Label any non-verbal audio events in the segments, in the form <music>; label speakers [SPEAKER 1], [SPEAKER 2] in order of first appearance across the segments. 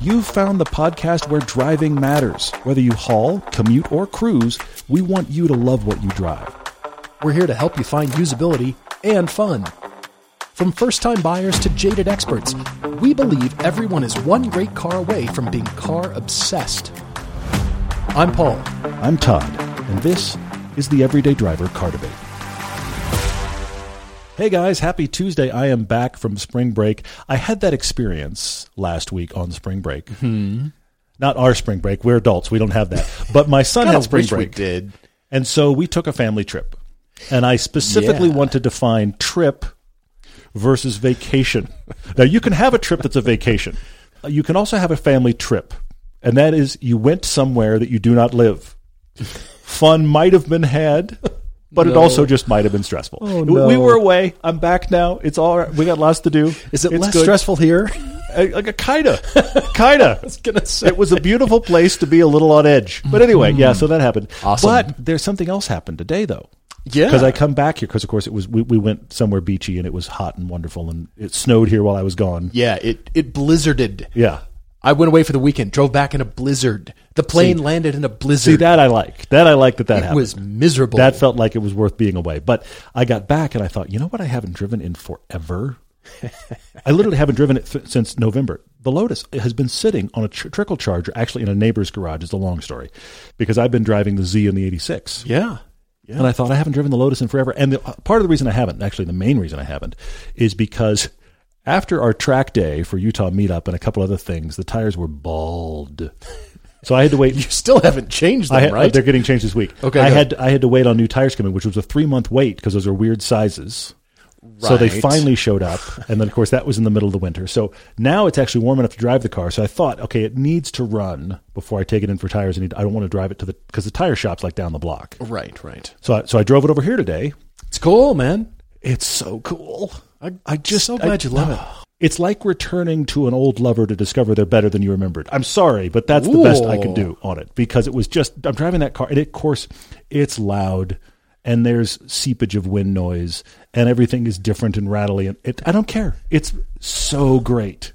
[SPEAKER 1] You've found the podcast where driving matters. Whether you haul, commute, or cruise, we want you to love what you drive.
[SPEAKER 2] We're here to help you find usability and fun. From first time buyers to jaded experts, we believe everyone is one great car away from being car obsessed. I'm Paul.
[SPEAKER 1] I'm Todd, and this is the Everyday Driver Car Debate. Hey guys, happy Tuesday. I am back from spring break. I had that experience last week on spring break. Mm-hmm. Not our spring break. We're adults. We don't have that. But my son
[SPEAKER 3] I
[SPEAKER 1] had spring
[SPEAKER 3] wish
[SPEAKER 1] break.
[SPEAKER 3] we did.
[SPEAKER 1] And so we took a family trip. And I specifically
[SPEAKER 3] Yeah.
[SPEAKER 1] want to define trip versus vacation. now, you can have a trip that's a vacation. You can also have a family trip. And that is you went somewhere that you do not live. Fun might have been had, but it also just might have been stressful. We- We
[SPEAKER 2] Oh, no.
[SPEAKER 1] were away. I'm back now. It's all right. We got lots to do.
[SPEAKER 2] Is it
[SPEAKER 1] It's
[SPEAKER 2] less
[SPEAKER 1] good.
[SPEAKER 2] stressful here?
[SPEAKER 1] Uh, Like a kinda. Kinda.
[SPEAKER 2] <laughs>
[SPEAKER 3] <laughs>
[SPEAKER 2] gonna say.
[SPEAKER 1] It was a beautiful place to be a little on edge. But anyway, yeah, so that happened.
[SPEAKER 2] Awesome.
[SPEAKER 1] But there's something else happened today though.
[SPEAKER 3] Yeah.
[SPEAKER 1] Because I come back here because of course it was we, we went somewhere beachy and it was hot and wonderful and it snowed here while I was gone.
[SPEAKER 3] yeah, it, it blizzarded.
[SPEAKER 1] Yeah.
[SPEAKER 3] I went away for the weekend, drove back in a blizzard. The plane landed in a blizzard.
[SPEAKER 1] See that I like. That I like that that
[SPEAKER 3] it
[SPEAKER 1] happened.
[SPEAKER 3] was miserable.
[SPEAKER 1] that felt like it was worth being away. But I got back and I thought, you know what? I haven't driven in
[SPEAKER 3] <laughs>
[SPEAKER 1] forever. I literally haven't driven it th- since November. The Lotus has been sitting on a tr- trickle charger, actually in a neighbor's garage. Is the long story, because I've been driving the Z and the eighty six.
[SPEAKER 3] yeah.
[SPEAKER 1] And I thought I haven't driven the Lotus in forever. And the, part of the reason I haven't, actually the main reason I haven't, is because after our track day for Utah meetup and a couple other things, the tires were bald. So I had to
[SPEAKER 3] You
[SPEAKER 1] wait.
[SPEAKER 3] still haven't changed them,
[SPEAKER 1] <laughs> I had,
[SPEAKER 3] right?
[SPEAKER 1] They're getting changed this week.
[SPEAKER 3] Okay,
[SPEAKER 1] I
[SPEAKER 3] good.
[SPEAKER 1] had I had to wait on new tires coming, which was a three month wait because those are weird sizes. So they
[SPEAKER 3] Right.
[SPEAKER 1] finally showed up, and then of course that was in the middle of the winter. So now it's actually warm enough to drive the car. So I thought, okay, it needs to run before I take it in for tires. I need I don't want to drive it to the because the tire shop's like down the block.
[SPEAKER 3] right, right.
[SPEAKER 1] So I, so I drove it over here today,
[SPEAKER 3] It's cool, man.
[SPEAKER 1] it's so cool.
[SPEAKER 3] I,
[SPEAKER 1] I just
[SPEAKER 3] so glad
[SPEAKER 1] I-
[SPEAKER 3] you love
[SPEAKER 1] It's like returning to an old lover to discover they're better than you remembered. I'm sorry, but that's the
[SPEAKER 3] Ooh.
[SPEAKER 1] best I can do on it because it was just I'm driving that car and it of course it's loud and there's seepage of wind noise and everything is different and rattly and it, I don't care. It's so great.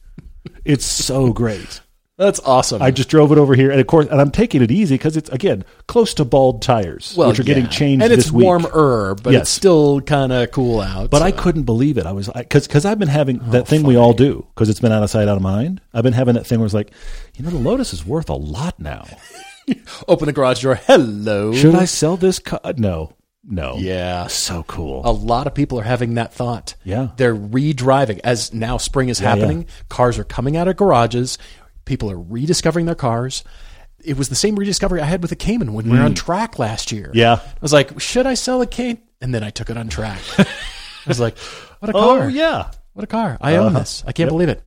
[SPEAKER 1] It's so great.
[SPEAKER 3] it. That's awesome.
[SPEAKER 1] I just drove it over here and of course and I'm taking it easy because it's again close to bald tires which are getting
[SPEAKER 3] yeah.
[SPEAKER 1] changed
[SPEAKER 3] and
[SPEAKER 1] this
[SPEAKER 3] it's
[SPEAKER 1] week.
[SPEAKER 3] warmer, but
[SPEAKER 1] Yes.
[SPEAKER 3] it's still kind of cool out.
[SPEAKER 1] But
[SPEAKER 3] so-
[SPEAKER 1] I couldn't believe it. I was because because I've been having that thing we all do because it's been out of sight, out of mind. I've been having that thing where it's like, you know, the Lotus is worth a lot now.
[SPEAKER 3] open the garage door. Hello.
[SPEAKER 1] Should I sell this? Car? No, no. Ah,
[SPEAKER 3] Yeah.
[SPEAKER 1] so cool.
[SPEAKER 3] A lot of people are having that thought.
[SPEAKER 1] Yeah.
[SPEAKER 3] They're redriving as now spring is happening. Cars are coming out of garages. People are rediscovering their cars. It was the same rediscovery I had with the Cayman when we were on track last year.
[SPEAKER 1] Mm. Yeah.
[SPEAKER 3] I was like, should I sell a Cayman? And then I took it on track. <laughs> I was like, what a
[SPEAKER 1] oh
[SPEAKER 3] car.
[SPEAKER 1] yeah,
[SPEAKER 3] What a car. I own
[SPEAKER 1] Uh-huh.
[SPEAKER 3] this. I can't believe it.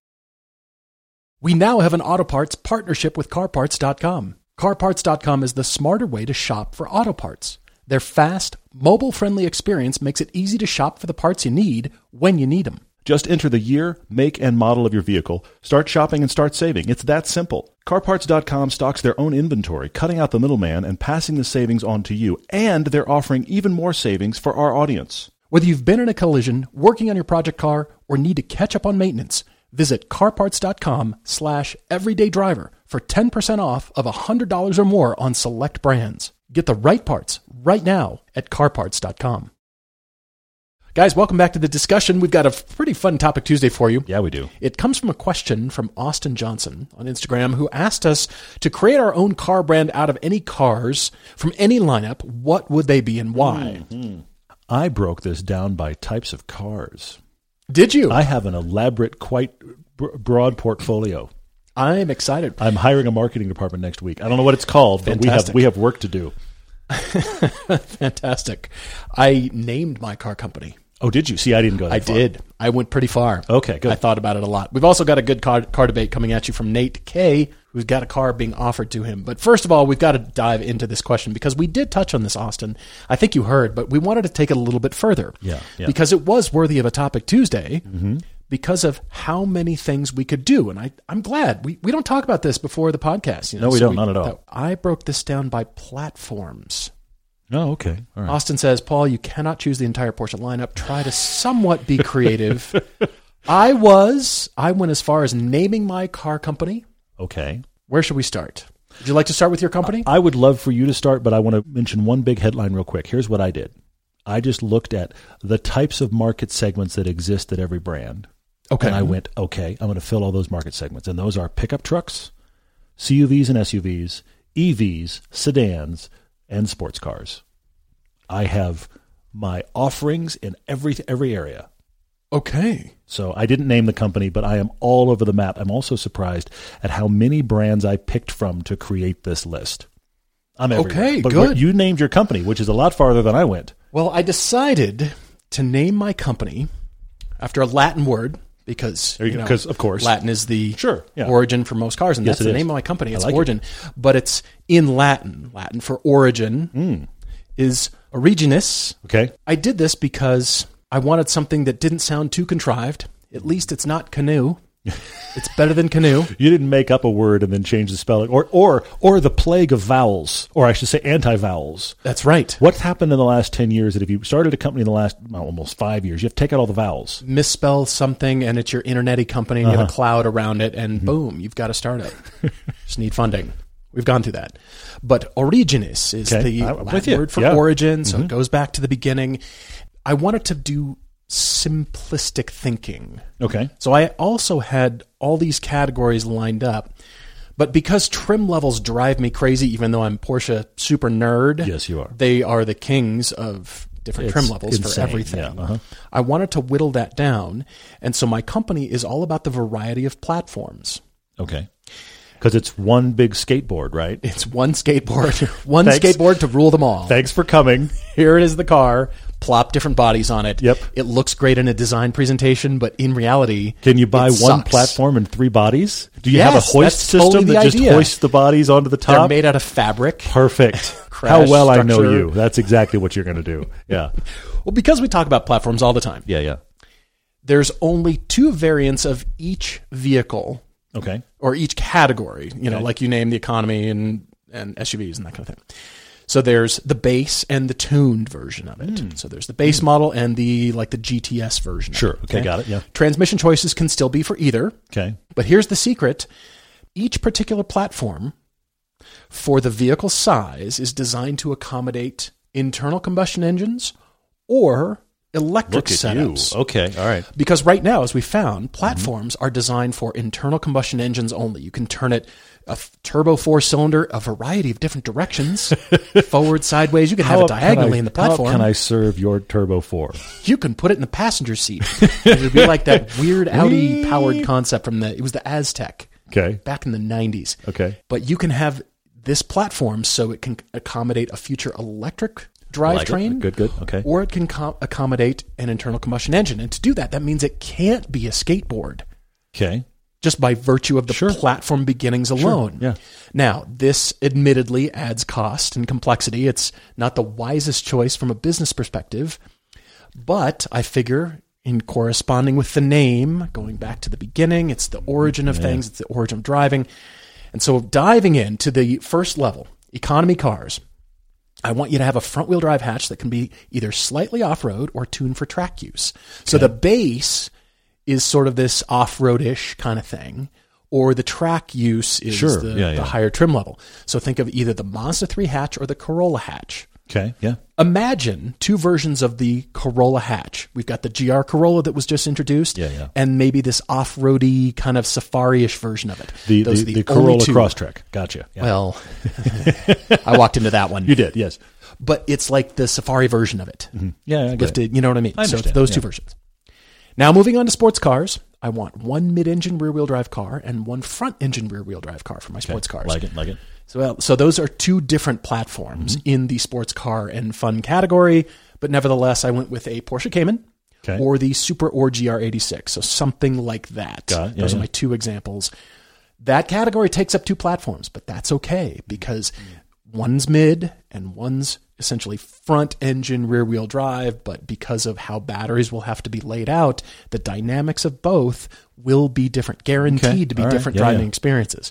[SPEAKER 3] We now have an auto parts partnership with carparts.com. Carparts.com is the smarter way to shop for auto parts. Their fast, mobile friendly experience makes it easy to shop for the parts you need when you need them.
[SPEAKER 1] Just enter the year, make, and model of your vehicle. Start shopping and start saving. It's that simple. CarParts.com stocks their own inventory, cutting out the middleman and passing the savings on to you. And they're offering even more savings for our audience.
[SPEAKER 3] Whether you've been in a collision, working on your project car, or need to catch up on maintenance, visit carparts.com slash everyday driver for 10% off of $100 or more on select brands. Get the right parts right now at carparts.com. Guys, welcome back to the discussion. We've got a pretty fun topic Tuesday for you.
[SPEAKER 1] Yeah, we do.
[SPEAKER 3] It comes from a question from Austin Johnson on Instagram, who asked us to create our own car brand out of any cars from any lineup. What would they be and why?
[SPEAKER 1] I broke this down by types of cars.
[SPEAKER 3] Did you?
[SPEAKER 1] I have an elaborate, quite br- broad portfolio.
[SPEAKER 3] I'm excited.
[SPEAKER 1] I'm hiring a marketing department next week. I don't know what it's called, but we have
[SPEAKER 3] Fantastic.
[SPEAKER 1] we have work to do.
[SPEAKER 3] Fantastic. I named my car company.
[SPEAKER 1] Oh, did you see? I didn't go. That
[SPEAKER 3] I
[SPEAKER 1] far.
[SPEAKER 3] did. I went pretty far.
[SPEAKER 1] Okay, good.
[SPEAKER 3] I thought about it a lot. We've also got a good car, car debate coming at you from Nate K, who's got a car being offered to him. But first of all, we've got to dive into this question because we did touch on this, Austin. I think you heard, but we wanted to take it a little bit further.
[SPEAKER 1] Yeah, yeah. Mm-hmm.
[SPEAKER 3] Because it was worthy of a topic Tuesday. Because of how many things we could do. And I, I'm glad we, we don't talk about this before the podcast. You know?
[SPEAKER 1] No, we don't. Not at all.
[SPEAKER 3] thought- I broke this down by platforms.
[SPEAKER 1] Oh, okay. All right.
[SPEAKER 3] Austin says, Paul, you cannot choose the entire Porsche lineup. Try to somewhat be <laughs> creative. I was, I went as far as naming my car company
[SPEAKER 1] Okay.
[SPEAKER 3] Where should we start? Would you like to start with your company?
[SPEAKER 1] I would love for you to start, but I want to mention one big headline real quick. Here's what I did I just looked at the types of market segments that exist at every brand.
[SPEAKER 3] Uh, Okay.
[SPEAKER 1] And I went, okay, I'm going to fill all those market segments. And those are pickup trucks, CUVs and SUVs, EVs, E sedans, and sports cars. I have my offerings in every every area.
[SPEAKER 3] Okay.
[SPEAKER 1] So I didn't name the company, but I am all over the map. I'm also surprised at how many brands I picked from to create this list. I'm everywhere.
[SPEAKER 3] Okay,
[SPEAKER 1] but
[SPEAKER 3] good.
[SPEAKER 1] where- You named your company, which is a lot farther than I went.
[SPEAKER 3] Well, I decided to name my company after a Latin word because
[SPEAKER 1] There you go,
[SPEAKER 3] know,
[SPEAKER 1] 'cause of course.
[SPEAKER 3] Latin is the
[SPEAKER 1] Sure, yeah.
[SPEAKER 3] origin for most cars, and
[SPEAKER 1] Yes,
[SPEAKER 3] that's
[SPEAKER 1] it
[SPEAKER 3] the
[SPEAKER 1] is.
[SPEAKER 3] name of my company.
[SPEAKER 1] I
[SPEAKER 3] It's
[SPEAKER 1] like it.
[SPEAKER 3] origin, but it's in Latin. Latin for origin
[SPEAKER 1] Hmm.
[SPEAKER 3] is originis.
[SPEAKER 1] Okay.
[SPEAKER 3] I did this because I wanted something that didn't sound too contrived. At least it's
[SPEAKER 1] <laughs>
[SPEAKER 3] not canoe. it's better than canoe.
[SPEAKER 1] You didn't make up a word and then change the spelling, or or or the plague of vowels, or I should say anti-vowels.
[SPEAKER 3] That's right.
[SPEAKER 1] What's happened in the last ten years that if you started a company in the last well, almost five years, you have to take out all the vowels.
[SPEAKER 3] misspell something and it's your internety company and you
[SPEAKER 1] Uh-huh.
[SPEAKER 3] have a cloud around it and
[SPEAKER 1] Mm-hmm.
[SPEAKER 3] boom, you've got a startup. Just need funding. We've gone through that. But originis is
[SPEAKER 1] Okay,
[SPEAKER 3] the
[SPEAKER 1] I'm with
[SPEAKER 3] Latin
[SPEAKER 1] you.
[SPEAKER 3] word for
[SPEAKER 1] Yeah. Mm-hmm.
[SPEAKER 3] origin, so it goes back to the beginning. I wanted to do simplistic thinking.
[SPEAKER 1] Okay.
[SPEAKER 3] So I also had all these categories lined up. But because trim levels drive me crazy, even though I'm Porsche super nerd,
[SPEAKER 1] Yes, you are.
[SPEAKER 3] They are the kings of different trim
[SPEAKER 1] It's
[SPEAKER 3] levels
[SPEAKER 1] insane,
[SPEAKER 3] for everything.
[SPEAKER 1] yeah, uh-huh.
[SPEAKER 3] I wanted to whittle that down, and so my company is all about the variety of platforms.
[SPEAKER 1] Okay. Because it's one big skateboard, right?
[SPEAKER 3] It's
[SPEAKER 1] <laughs>
[SPEAKER 3] one skateboard, one
[SPEAKER 1] Thanks.
[SPEAKER 3] skateboard to rule them all.
[SPEAKER 1] Thanks for coming.
[SPEAKER 3] Here it is, the car. Plop different bodies on it.
[SPEAKER 1] Yep.
[SPEAKER 3] It looks great in a design presentation, but in reality,
[SPEAKER 1] Can you buy
[SPEAKER 3] it
[SPEAKER 1] one
[SPEAKER 3] sucks.
[SPEAKER 1] platform and three bodies? Do you have a
[SPEAKER 3] Yes,
[SPEAKER 1] hoist
[SPEAKER 3] that's
[SPEAKER 1] system
[SPEAKER 3] totally the
[SPEAKER 1] that just
[SPEAKER 3] idea.
[SPEAKER 1] hoists the bodies onto the
[SPEAKER 3] They're
[SPEAKER 1] top?
[SPEAKER 3] made out of fabric.
[SPEAKER 1] Perfect.
[SPEAKER 3] <laughs> Crash
[SPEAKER 1] How well I know
[SPEAKER 3] structure.
[SPEAKER 1] you. That's exactly what you're going to do. Yeah.
[SPEAKER 3] <laughs> Well, because we talk about platforms all the time,
[SPEAKER 1] Yeah, yeah.
[SPEAKER 3] there's only two variants of each vehicle
[SPEAKER 1] Okay.
[SPEAKER 3] or each category, you know, like you name the economy and, and SUVs and that kind of thing. So there's the base and the tuned version of it. So there's the base model and the like the GTS version. of
[SPEAKER 1] Hmm. Sure. Okay, got it, yeah.
[SPEAKER 3] Transmission choices can still be for either,
[SPEAKER 1] Okay.
[SPEAKER 3] but here's the secret. Each particular platform for the vehicle size is designed to accommodate internal combustion engines or electric
[SPEAKER 1] Look at
[SPEAKER 3] setups.
[SPEAKER 1] you. Okay. All right.
[SPEAKER 3] Because right now, as we found, platforms are designed for internal combustion engines only. You can turn it a f- turbo four cylinder a variety of
[SPEAKER 1] <laughs>
[SPEAKER 3] different directions, forward, sideways. You can have it
[SPEAKER 1] can
[SPEAKER 3] diagonally
[SPEAKER 1] I-
[SPEAKER 3] in the platform.
[SPEAKER 1] How can I serve your Turbo 4?
[SPEAKER 3] You can put it in the passenger seat. it
[SPEAKER 1] <laughs>
[SPEAKER 3] would be like that weird Audi powered concept from the it was the Aztec
[SPEAKER 1] Okay.
[SPEAKER 3] back in the nineties.
[SPEAKER 1] Okay.
[SPEAKER 3] But you can have this platform so it can accommodate a future electric
[SPEAKER 1] Like it.
[SPEAKER 3] drivetrain
[SPEAKER 1] Good, good. Okay.
[SPEAKER 3] or it can com- accommodate an internal combustion engine. And to do that, that means it can't be a skateboard
[SPEAKER 1] Okay.
[SPEAKER 3] just by virtue of the
[SPEAKER 1] Sure.
[SPEAKER 3] platform beginnings alone.
[SPEAKER 1] yeah.
[SPEAKER 3] Now, this admittedly adds cost and complexity. It's not the wisest choice from a business perspective, but I figure in corresponding with the name, going back to the beginning, it's the origin of things, it's the origin of driving. And so diving into the first level, economy cars. I want you to have a front wheel drive hatch that can be either slightly off road or tuned for track use. So the base is sort of this off roadish kind of thing, or the track use is
[SPEAKER 1] Sure.
[SPEAKER 3] the,
[SPEAKER 1] Yeah,
[SPEAKER 3] the
[SPEAKER 1] yeah.
[SPEAKER 3] higher trim level. So think of either the Mazda 3 hatch or the Corolla hatch.
[SPEAKER 1] Okay. Yeah.
[SPEAKER 3] Imagine two versions of the Corolla hatch. We've got the GR Corolla that was just introduced,
[SPEAKER 1] Yeah, yeah.
[SPEAKER 3] and maybe this off roady kind of safari ish version of it.
[SPEAKER 1] The,
[SPEAKER 3] Those
[SPEAKER 1] the,
[SPEAKER 3] are
[SPEAKER 1] the,
[SPEAKER 3] only
[SPEAKER 1] Corolla
[SPEAKER 3] two.
[SPEAKER 1] Crosstrek. Gotcha. Yeah.
[SPEAKER 3] Well, <laughs> I walked into that one
[SPEAKER 1] you did. Yes.
[SPEAKER 3] but it's like the Safari version of it.
[SPEAKER 1] Yeah. I get it.
[SPEAKER 3] Lifted, you know what I mean?
[SPEAKER 1] I
[SPEAKER 3] so it's
[SPEAKER 1] understand,
[SPEAKER 3] those two
[SPEAKER 1] yeah.
[SPEAKER 3] versions. Now moving on to sports cars, I want one mid-engine rear-wheel drive car and one front-engine rear-wheel drive car for my sports cars.
[SPEAKER 1] Like it. Like it.
[SPEAKER 3] So, well, so those are two different platforms
[SPEAKER 1] Mm-hmm.
[SPEAKER 3] in the sports car and fun category, but nevertheless, I went with a Porsche Cayman
[SPEAKER 1] Okay.
[SPEAKER 3] or the Super or GR86, so something like that.
[SPEAKER 1] Got it. Yeah,
[SPEAKER 3] those
[SPEAKER 1] yeah.
[SPEAKER 3] are my two examples. That category takes up two platforms, but that's okay
[SPEAKER 1] Mm-hmm.
[SPEAKER 3] because one's mid and one's essentially front engine rear wheel drive. But because of how batteries will have to be laid out, the dynamics of both will be different, guaranteed
[SPEAKER 1] Okay.
[SPEAKER 3] to be
[SPEAKER 1] All right.
[SPEAKER 3] different
[SPEAKER 1] Yeah,
[SPEAKER 3] driving
[SPEAKER 1] yeah.
[SPEAKER 3] experiences.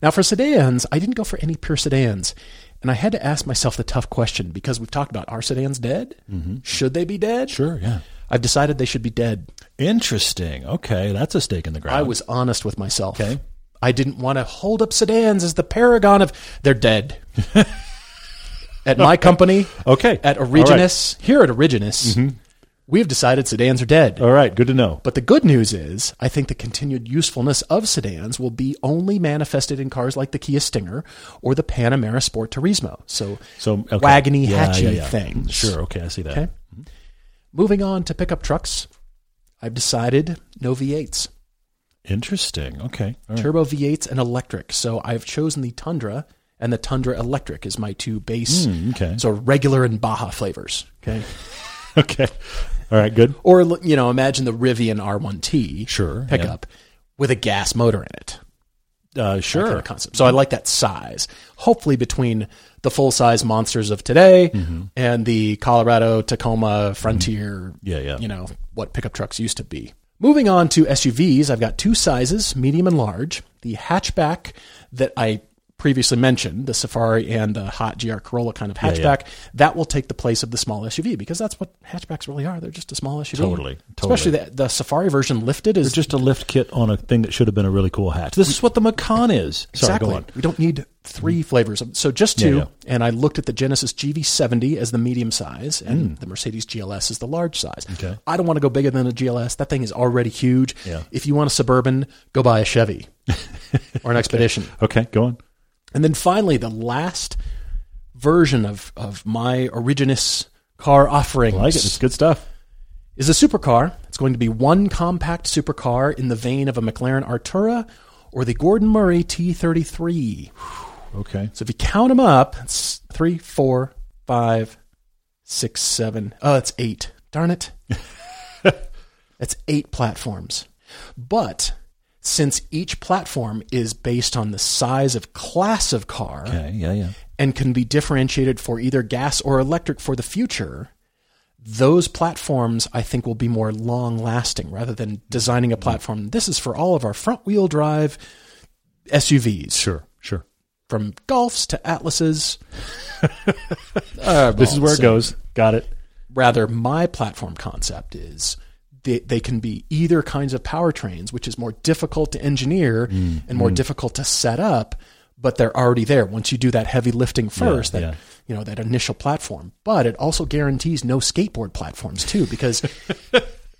[SPEAKER 3] Now, for sedans, I didn't go for any pure sedans. And I had to ask myself the tough question because we've talked about are sedans dead? Should they be dead?
[SPEAKER 1] Mm-hmm. Sure. Yeah.
[SPEAKER 3] I've decided they should be dead.
[SPEAKER 1] Interesting. Okay. That's a stake in the ground.
[SPEAKER 3] I was honest with myself.
[SPEAKER 1] Uh-huh. Okay.
[SPEAKER 3] I didn't want to hold up sedans as the paragon of.
[SPEAKER 1] <laughs>
[SPEAKER 3] They're dead. at my company,
[SPEAKER 1] Okay.
[SPEAKER 3] at Originus, here at Originus,
[SPEAKER 1] Mm-hmm.
[SPEAKER 3] we've decided sedans are dead.
[SPEAKER 1] All right. All right. Good to know.
[SPEAKER 3] But the good news is, I think the continued usefulness of sedans will be only manifested in cars like the Kia Stinger or the Panamera Sport Turismo. So,
[SPEAKER 1] So okay.
[SPEAKER 3] wagony,
[SPEAKER 1] Yeah,
[SPEAKER 3] hatchy
[SPEAKER 1] yeah, yeah.
[SPEAKER 3] things.
[SPEAKER 1] Sure. Okay. I see that.
[SPEAKER 3] Okay. Moving on to pickup trucks, I've decided no V8s,
[SPEAKER 1] Interesting. Okay. All right.
[SPEAKER 3] turbo V8s and electric. So I've chosen the Tundra and the Tundra Electric is my two base,
[SPEAKER 1] Mm, okay.
[SPEAKER 3] so regular and Baja flavors. Okay.
[SPEAKER 1] <laughs> Okay. All right. Good.
[SPEAKER 3] Or, you know, imagine the Rivian R1T
[SPEAKER 1] Sure, yeah.
[SPEAKER 3] pickup with a gas motor in it.
[SPEAKER 1] Uh,
[SPEAKER 3] that kind
[SPEAKER 1] sure.
[SPEAKER 3] of concept. So I like that size. Hopefully, between the full size monsters of today
[SPEAKER 1] Mm-hmm.
[SPEAKER 3] and the Colorado Tacoma Frontier,
[SPEAKER 1] Yeah, yeah.
[SPEAKER 3] you know, what pickup trucks used to be. Moving on to SUVs, I've got two sizes, medium and large. The hatchback that I previously mentioned, the Safari and the hot GR Corolla kind of hatchback,
[SPEAKER 1] yeah.
[SPEAKER 3] that will take the place of the small SUV because that's what hatchbacks really are. They're just a small SUV.
[SPEAKER 1] Totally, totally.
[SPEAKER 3] Especially the, the Safari version lifted is
[SPEAKER 1] Just a lift kit on a thing that should have been a really cool hatch. This is what the Macan is. Sorry,
[SPEAKER 3] exactly.
[SPEAKER 1] go on. Mm.
[SPEAKER 3] We don't need three flavors. So just
[SPEAKER 1] Yeah,
[SPEAKER 3] two.
[SPEAKER 1] yeah.
[SPEAKER 3] And I looked at the Genesis GV70 as the medium size, and the Mercedes GLS is the large size.
[SPEAKER 1] Mm. Okay.
[SPEAKER 3] I don't want to go bigger than a GLS. That thing is already huge.
[SPEAKER 1] Yeah.
[SPEAKER 3] If you want a Suburban, go buy
[SPEAKER 1] <laughs>
[SPEAKER 3] a Chevy or an Expedition.
[SPEAKER 1] Okay, go on.
[SPEAKER 3] And then finally, the last version of, of my Originus car offerings
[SPEAKER 1] I like it. It's good stuff.
[SPEAKER 3] is a supercar. It's going to be one compact supercar in the vein of a McLaren Artura or the Gordon Murray T33.
[SPEAKER 1] Okay.
[SPEAKER 3] So if you count them up, it's three, four, five, six, seven. Oh, it's eight. Darn it.
[SPEAKER 1] <laughs>
[SPEAKER 3] That's eight platforms. But since each platform is based on the size of class of car
[SPEAKER 1] Okay. Yeah. Yeah.
[SPEAKER 3] and can be differentiated for either gas or electric for the future, those platforms I think will be more long lasting rather than designing a
[SPEAKER 1] Mm-hmm.
[SPEAKER 3] platform. This is for all of our front wheel drive SUVs
[SPEAKER 1] Sure. Sure.
[SPEAKER 3] from golfs to atlases.
[SPEAKER 1] This is where it goes. Got it.
[SPEAKER 3] Rather, my platform concept is they, they can be either kinds of powertrains, which is more difficult to engineer
[SPEAKER 1] Mm,
[SPEAKER 3] and more difficult to set up, but they're already there. Once you do that heavy lifting first, that
[SPEAKER 1] yeah.
[SPEAKER 3] you know that initial platform. But it also guarantees no skateboard platforms
[SPEAKER 1] <laughs>
[SPEAKER 3] too, because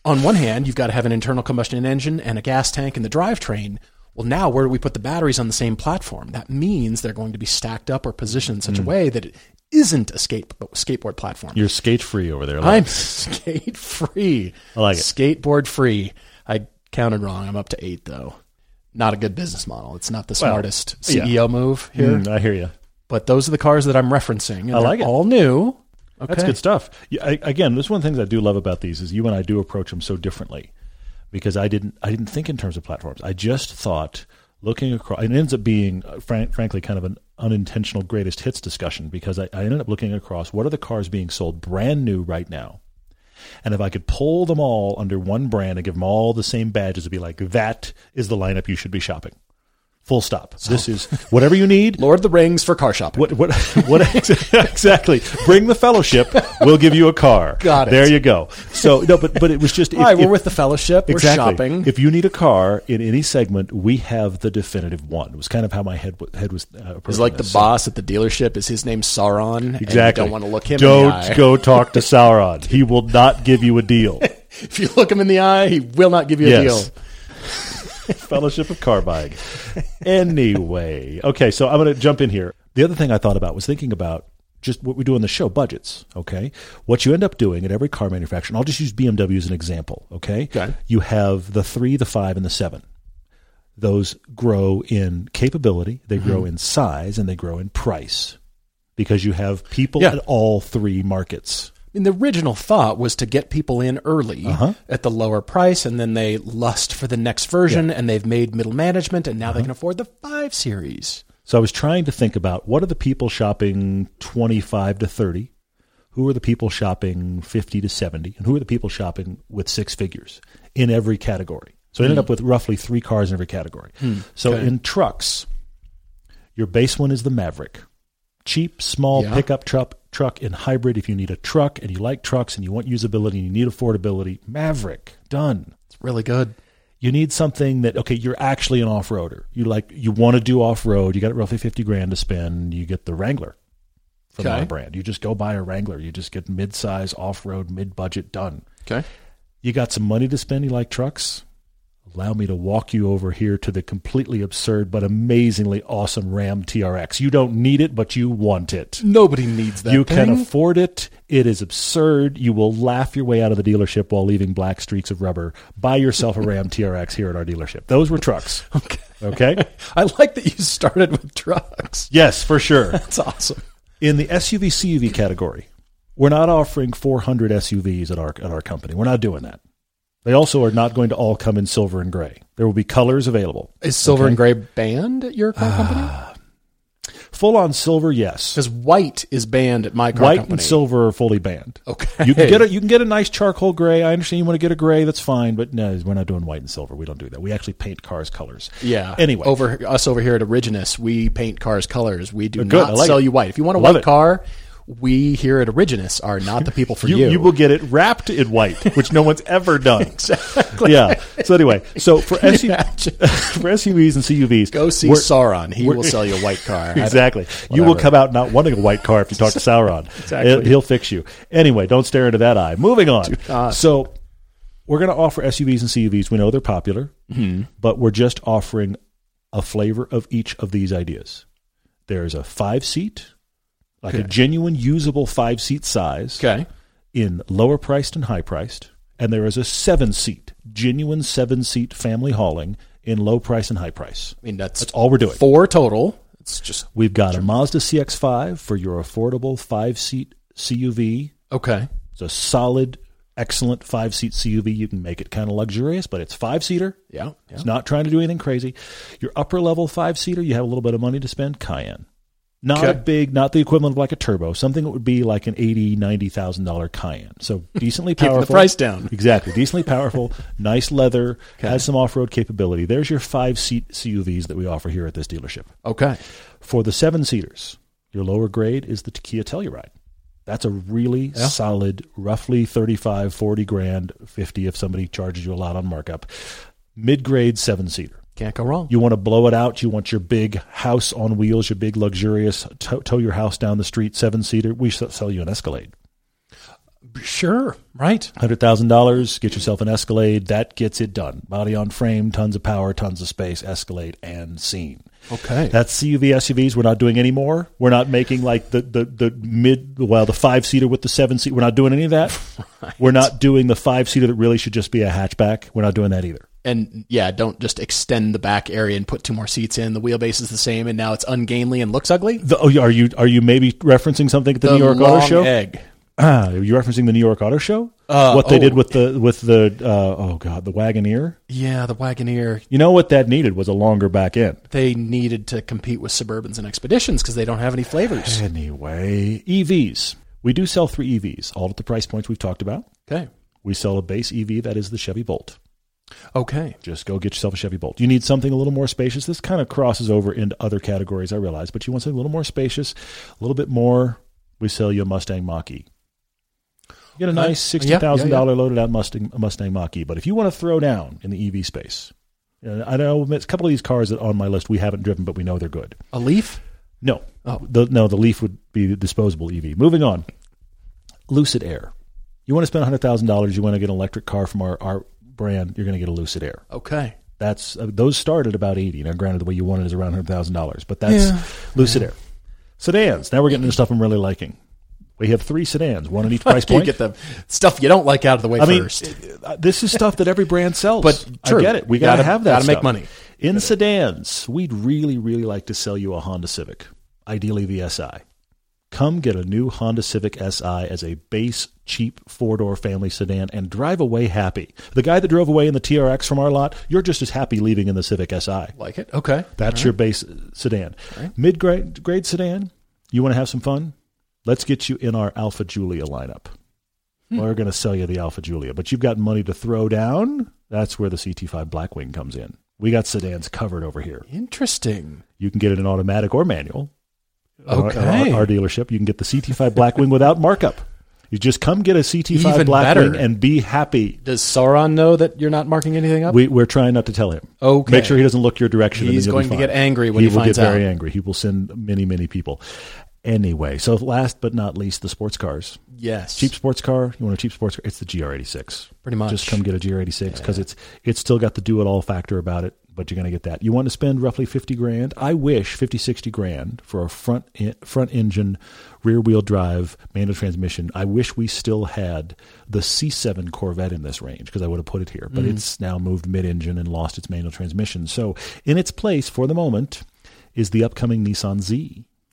[SPEAKER 3] on one hand you've got to have an internal combustion engine and a gas tank and the drivetrain. Well, now where do we put the batteries on the same platform? That means they're going to be stacked up or positioned in such
[SPEAKER 1] Mm.
[SPEAKER 3] a way that it isn't a skate, skateboard platform.
[SPEAKER 1] You're skate free over there.
[SPEAKER 3] I'm <laughs> skate free.
[SPEAKER 1] I like it.
[SPEAKER 3] Skateboard free. I counted wrong. I'm up to eight though. Not a good business model. It's not the smartest
[SPEAKER 1] yeah.
[SPEAKER 3] CEO move here.
[SPEAKER 1] Mm, I hear you.
[SPEAKER 3] But those are the cars that I'm referencing. And I
[SPEAKER 1] like it.
[SPEAKER 3] All new. Okay.
[SPEAKER 1] That's good stuff. Yeah, I, again, that's one of the things I do love about these is you and I do approach them so differently because I didn't I didn't think in terms of platforms. I just thought looking across. It ends up being, uh, frank, frankly, kind of an unintentional greatest hits discussion because I, I ended up looking across what are the cars being sold brand new right now. And if I could pull them all under one brand and give them all the same badges, it'd be like that is the lineup you should be shopping. Full stop. This is whatever you need.
[SPEAKER 3] Lord of the Rings for car shopping.
[SPEAKER 1] What, what, what <laughs> exactly? Bring the fellowship. We'll give you a car.
[SPEAKER 3] <laughs> Got it.
[SPEAKER 1] There you go. So no, but but it was just. If,
[SPEAKER 3] All right, we're
[SPEAKER 1] if-
[SPEAKER 3] with the fellowship.
[SPEAKER 1] exactly.
[SPEAKER 3] We're shopping.
[SPEAKER 1] If you need a car in any segment, we have the definitive one. It was kind of how my head w- head was. Uh,
[SPEAKER 3] He's
[SPEAKER 1] approaching
[SPEAKER 3] like the
[SPEAKER 1] this.
[SPEAKER 3] boss at the dealership. Is his name Sauron? And
[SPEAKER 1] Exactly.
[SPEAKER 3] you don't want to look him in
[SPEAKER 1] Don't
[SPEAKER 3] the eye.
[SPEAKER 1] go talk to Sauron. He will not give you a deal.
[SPEAKER 3] <laughs> If you look him in the eye, he will not give you a
[SPEAKER 1] yes. <laughs>
[SPEAKER 3] deal.
[SPEAKER 1] Fellowship of Car Buying. Anyway, okay, so I'm going to jump in here. The other thing I thought about was thinking about just what we do on the show budgets. Okay, what you end up doing at every car manufacturer. And I'll just use BMW as an example. Okay,
[SPEAKER 3] Okay.
[SPEAKER 1] you have the three, the five, and the seven. Those grow in capability, they
[SPEAKER 3] Mm-hmm.
[SPEAKER 1] grow in size, and they grow in price because you have people
[SPEAKER 3] Yeah.
[SPEAKER 1] at all three markets.
[SPEAKER 3] I mean, the original thought was to get people in early
[SPEAKER 1] Uh-huh.
[SPEAKER 3] at the lower price, and then they lust for the next version, and they've made middle management, and now
[SPEAKER 1] Uh-huh.
[SPEAKER 3] they can afford the five series.
[SPEAKER 1] So I was trying to think about what are the people shopping 25 to 30? Who are the people shopping 50 to 70? And who are the people shopping with six figures in every category? So I ended up with roughly three cars in every category. So in trucks, your base one is the Maverick. Cheap, small
[SPEAKER 3] Yeah.
[SPEAKER 1] pickup truck, truck in hybrid. If you need a truck and you like trucks and you want usability and you need affordability, Maverick, done.
[SPEAKER 3] It's really good.
[SPEAKER 1] You need something that okay, you're actually an off roader. You like you want to do off road. You got roughly fifty grand to spend. You get the Wrangler from
[SPEAKER 3] Okay.
[SPEAKER 1] my brand. You just go buy a Wrangler. You just get mid size off road, mid budget done.
[SPEAKER 3] Okay.
[SPEAKER 1] You got some money to spend. You like trucks. Allow me to walk you over here to the completely absurd but amazingly awesome Ram TRX. You don't need it, but you want it.
[SPEAKER 3] Nobody needs that.
[SPEAKER 1] You can
[SPEAKER 3] thing.
[SPEAKER 1] afford it. It is absurd. You will laugh your way out of the dealership while leaving black streaks of rubber. Buy yourself a Ram TRX here at our dealership. Those were trucks.
[SPEAKER 3] <laughs> Okay.
[SPEAKER 1] Okay?
[SPEAKER 3] I like that you started with trucks.
[SPEAKER 1] yes, for sure.
[SPEAKER 3] <laughs> That's awesome.
[SPEAKER 1] In the SUV CUV category, we're not offering 400 SUVs at our at our company. We're not doing that. They also are not going to all come in silver and gray. There will be colors available.
[SPEAKER 3] Is silver and gray banned at your car
[SPEAKER 1] Uh,
[SPEAKER 3] company?
[SPEAKER 1] Full on silver, yes.
[SPEAKER 3] Because white is banned at my car
[SPEAKER 1] White
[SPEAKER 3] company.
[SPEAKER 1] and silver are fully banned.
[SPEAKER 3] Okay.
[SPEAKER 1] You can get a you can get a nice charcoal gray. I understand you want to get a gray. That's fine, but no, we're not doing white and silver. We don't do that. We actually paint cars colors.
[SPEAKER 3] Yeah.
[SPEAKER 1] Anyway,
[SPEAKER 3] over us over here at Originus, we paint cars colors. We do
[SPEAKER 1] Good, I
[SPEAKER 3] not
[SPEAKER 1] like
[SPEAKER 3] sell
[SPEAKER 1] it.
[SPEAKER 3] you white. If you want a
[SPEAKER 1] Love
[SPEAKER 3] white
[SPEAKER 1] it.
[SPEAKER 3] car, we here at Originus are not the people for
[SPEAKER 1] you,
[SPEAKER 3] you.
[SPEAKER 1] you will get it wrapped in white, which no one's ever done.
[SPEAKER 3] <laughs> exactly.
[SPEAKER 1] Yeah. So anyway, so for SUVs,
[SPEAKER 3] Imagine.
[SPEAKER 1] <laughs> for SUVs and CUVs,
[SPEAKER 3] Go see
[SPEAKER 1] we're-
[SPEAKER 3] Sauron. He will sell you a white
[SPEAKER 1] <laughs>
[SPEAKER 3] car. I-
[SPEAKER 1] Exactly. You will
[SPEAKER 3] Whatever.
[SPEAKER 1] come out not wanting a white car if you talk to Sauron.
[SPEAKER 3] <laughs> Exactly.
[SPEAKER 1] He'll fix you. Anyway, don't stare into that eye. Moving on.
[SPEAKER 3] uh,
[SPEAKER 1] So we're going to offer SUVs and CUVs. We know they're popular,
[SPEAKER 3] Mm-hmm.
[SPEAKER 1] but we're just offering a flavor of each of these ideas. There's a five seat, like a genuine usable five seat size
[SPEAKER 3] Okay.
[SPEAKER 1] in lower priced and high priced, and there is a seven seat, genuine seven seat family hauling in low price and high price.
[SPEAKER 3] I mean that's,
[SPEAKER 1] That's all we're doing.
[SPEAKER 3] four total. It's just
[SPEAKER 1] We've got a Mazda CX5 for your affordable five seat CUV.
[SPEAKER 3] okay.
[SPEAKER 1] It's a solid, excellent five seat CUV. You can make it kind of luxurious, but it's five seater.
[SPEAKER 3] Yeah. yeah.
[SPEAKER 1] It's not trying to do anything crazy. Your upper level five seater, you have a little bit of money to spend, Cayenne. Not a
[SPEAKER 3] Okay.
[SPEAKER 1] big, not the equivalent of like a turbo, something that would be like an eighty, ninety thousand dollar Cayenne.
[SPEAKER 3] <laughs>
[SPEAKER 1] So decently
[SPEAKER 3] Keeping the
[SPEAKER 1] powerful.
[SPEAKER 3] price down.
[SPEAKER 1] Exactly. Decently
[SPEAKER 3] <laughs>
[SPEAKER 1] powerful, nice leather,
[SPEAKER 3] Okay.
[SPEAKER 1] has some off road capability. There's your five seat CUVs that we offer here at this dealership.
[SPEAKER 3] Okay.
[SPEAKER 1] For the seven seaters, your lower grade is the Kia Telluride. That's a really solid, roughly 35, 40 grand, 50 if somebody charges you a lot on markup. Mid grade seven seater.
[SPEAKER 3] Can't go wrong.
[SPEAKER 1] You want to blow it out. You want your big house on wheels, your big luxurious, tow, tow your house down the street, seven seater. We s- sell you an Escalade.
[SPEAKER 3] Sure. Right.
[SPEAKER 1] $100,000, get yourself an Escalade. That gets it done. Body on frame, tons of power, tons of space, Escalade and scene.
[SPEAKER 3] Okay.
[SPEAKER 1] That's CUV SUVs. We're not doing any more. We're not making like the, the, the mid, well, the five seater with the seven seat. We're not doing any of
[SPEAKER 3] <laughs>
[SPEAKER 1] that. We're not doing the five seater that really should just be a hatchback. We're not doing that either.
[SPEAKER 3] and yeah, don't just extend the back area and put two more seats in. The wheelbase is the same, and now it's ungainly and looks ugly.
[SPEAKER 1] The, oh, are you are you maybe referencing something at the,
[SPEAKER 3] The
[SPEAKER 1] New York Auto
[SPEAKER 3] long
[SPEAKER 1] Show?
[SPEAKER 3] egg.
[SPEAKER 1] Ah, are you referencing the New York Auto Show?
[SPEAKER 3] Uh,
[SPEAKER 1] what they
[SPEAKER 3] oh.
[SPEAKER 1] did with the with the uh, oh god the Wagoneer.
[SPEAKER 3] Yeah, the Wagoneer.
[SPEAKER 1] You know what that needed was a longer back end.
[SPEAKER 3] They needed to compete with Suburbans and Expeditions because they don't have any flavors.
[SPEAKER 1] Anyway, EVs. We do sell three EVs, all at the price points we've talked about.
[SPEAKER 3] Okay.
[SPEAKER 1] We sell a base EV that is the Chevy Bolt.
[SPEAKER 3] Okay.
[SPEAKER 1] just go get yourself a Chevy Bolt. You need something a little more spacious. This kind of crosses over into other categories, I realize, but you want something a little more spacious, a little bit more. We sell you a Mustang Mach E. You get a
[SPEAKER 3] Right.
[SPEAKER 1] nice sixty
[SPEAKER 3] Yeah,
[SPEAKER 1] thousand
[SPEAKER 3] yeah,
[SPEAKER 1] thousand
[SPEAKER 3] yeah.
[SPEAKER 1] dollar loaded out Mustang Mustang Mach E. But if you want to throw down in the EV space, and I know it's a couple of these cars that are on my list we haven't driven, but we know they're good.
[SPEAKER 3] A leaf.
[SPEAKER 1] No,
[SPEAKER 3] Oh.
[SPEAKER 1] the, no, the Leaf would be the disposable EV. Moving on, Lucid Air. You want to spend hundred thousand dollars? You want to get an electric car from our our brand? You're going to get a Lucid Air
[SPEAKER 3] Okay.
[SPEAKER 1] that's uh, those start at about 80 now granted the way you want it is around $100000 but that's
[SPEAKER 3] Yeah.
[SPEAKER 1] lucid air sedans now we're getting into stuff i'm really liking we have three sedans one
[SPEAKER 3] <laughs>
[SPEAKER 1] at each price
[SPEAKER 3] You
[SPEAKER 1] point
[SPEAKER 3] get the stuff you don't like out of the way
[SPEAKER 1] i mean
[SPEAKER 3] first.
[SPEAKER 1] uh, this is stuff that every brand sells
[SPEAKER 3] <laughs> But true.
[SPEAKER 1] i get it we
[SPEAKER 3] You
[SPEAKER 1] gotta,
[SPEAKER 3] gotta-
[SPEAKER 1] have that
[SPEAKER 3] gotta make
[SPEAKER 1] stuff.
[SPEAKER 3] money.
[SPEAKER 1] in sedans we'd really really like to sell you a honda civic ideally the si come get a new honda civic si as a base cheap four-door family sedan and drive away happy the guy that drove away in the trx from our lot you're just as happy leaving in the civic si
[SPEAKER 3] like it. Okay.
[SPEAKER 1] that's your base uh, sedan. Mid grade grade sedan, you want to have some fun? Let's get you in our Alpha Julia lineup.
[SPEAKER 3] Hmm.
[SPEAKER 1] We're going to sell you the Alpha Julia, but you've got money to throw down. That's where the CT5 Blackwing comes in. We got sedans covered over here.
[SPEAKER 3] Interesting.
[SPEAKER 1] You can get it in automatic or manual. At our- at
[SPEAKER 3] Okay.
[SPEAKER 1] Our, our dealership, you can get the CT5 Blackwing without markup. You just come get a CT5
[SPEAKER 3] Even
[SPEAKER 1] Blackwing
[SPEAKER 3] better.
[SPEAKER 1] and be happy.
[SPEAKER 3] Does Sauron know that you're not marking anything up?
[SPEAKER 1] We, we're trying not to tell him.
[SPEAKER 3] Okay.
[SPEAKER 1] Make sure he doesn't look your direction. and
[SPEAKER 3] He's
[SPEAKER 1] then you'll be
[SPEAKER 3] going to
[SPEAKER 1] fine.
[SPEAKER 3] get angry when he
[SPEAKER 1] will
[SPEAKER 3] finds
[SPEAKER 1] get very
[SPEAKER 3] out.
[SPEAKER 1] angry. He will send many, many people. Anyway, so last but not least, the sports cars.
[SPEAKER 3] yes.
[SPEAKER 1] Cheap sports car. You want a cheap sports car? It's the GR86.
[SPEAKER 3] Pretty much.
[SPEAKER 1] Just come get a GR86 because it's it's still got the do it all factor about it. But you're going to get that. You want to spend roughly 50 grand. I wish 50, 60 grand for a front en- front engine, rear wheel drive manual transmission. I wish we still had the C7 Corvette in this range because I would have put it here. But
[SPEAKER 3] Mm-hmm.
[SPEAKER 1] it's now moved mid engine and lost its manual transmission. So in its place for the moment is the upcoming Nissan Z.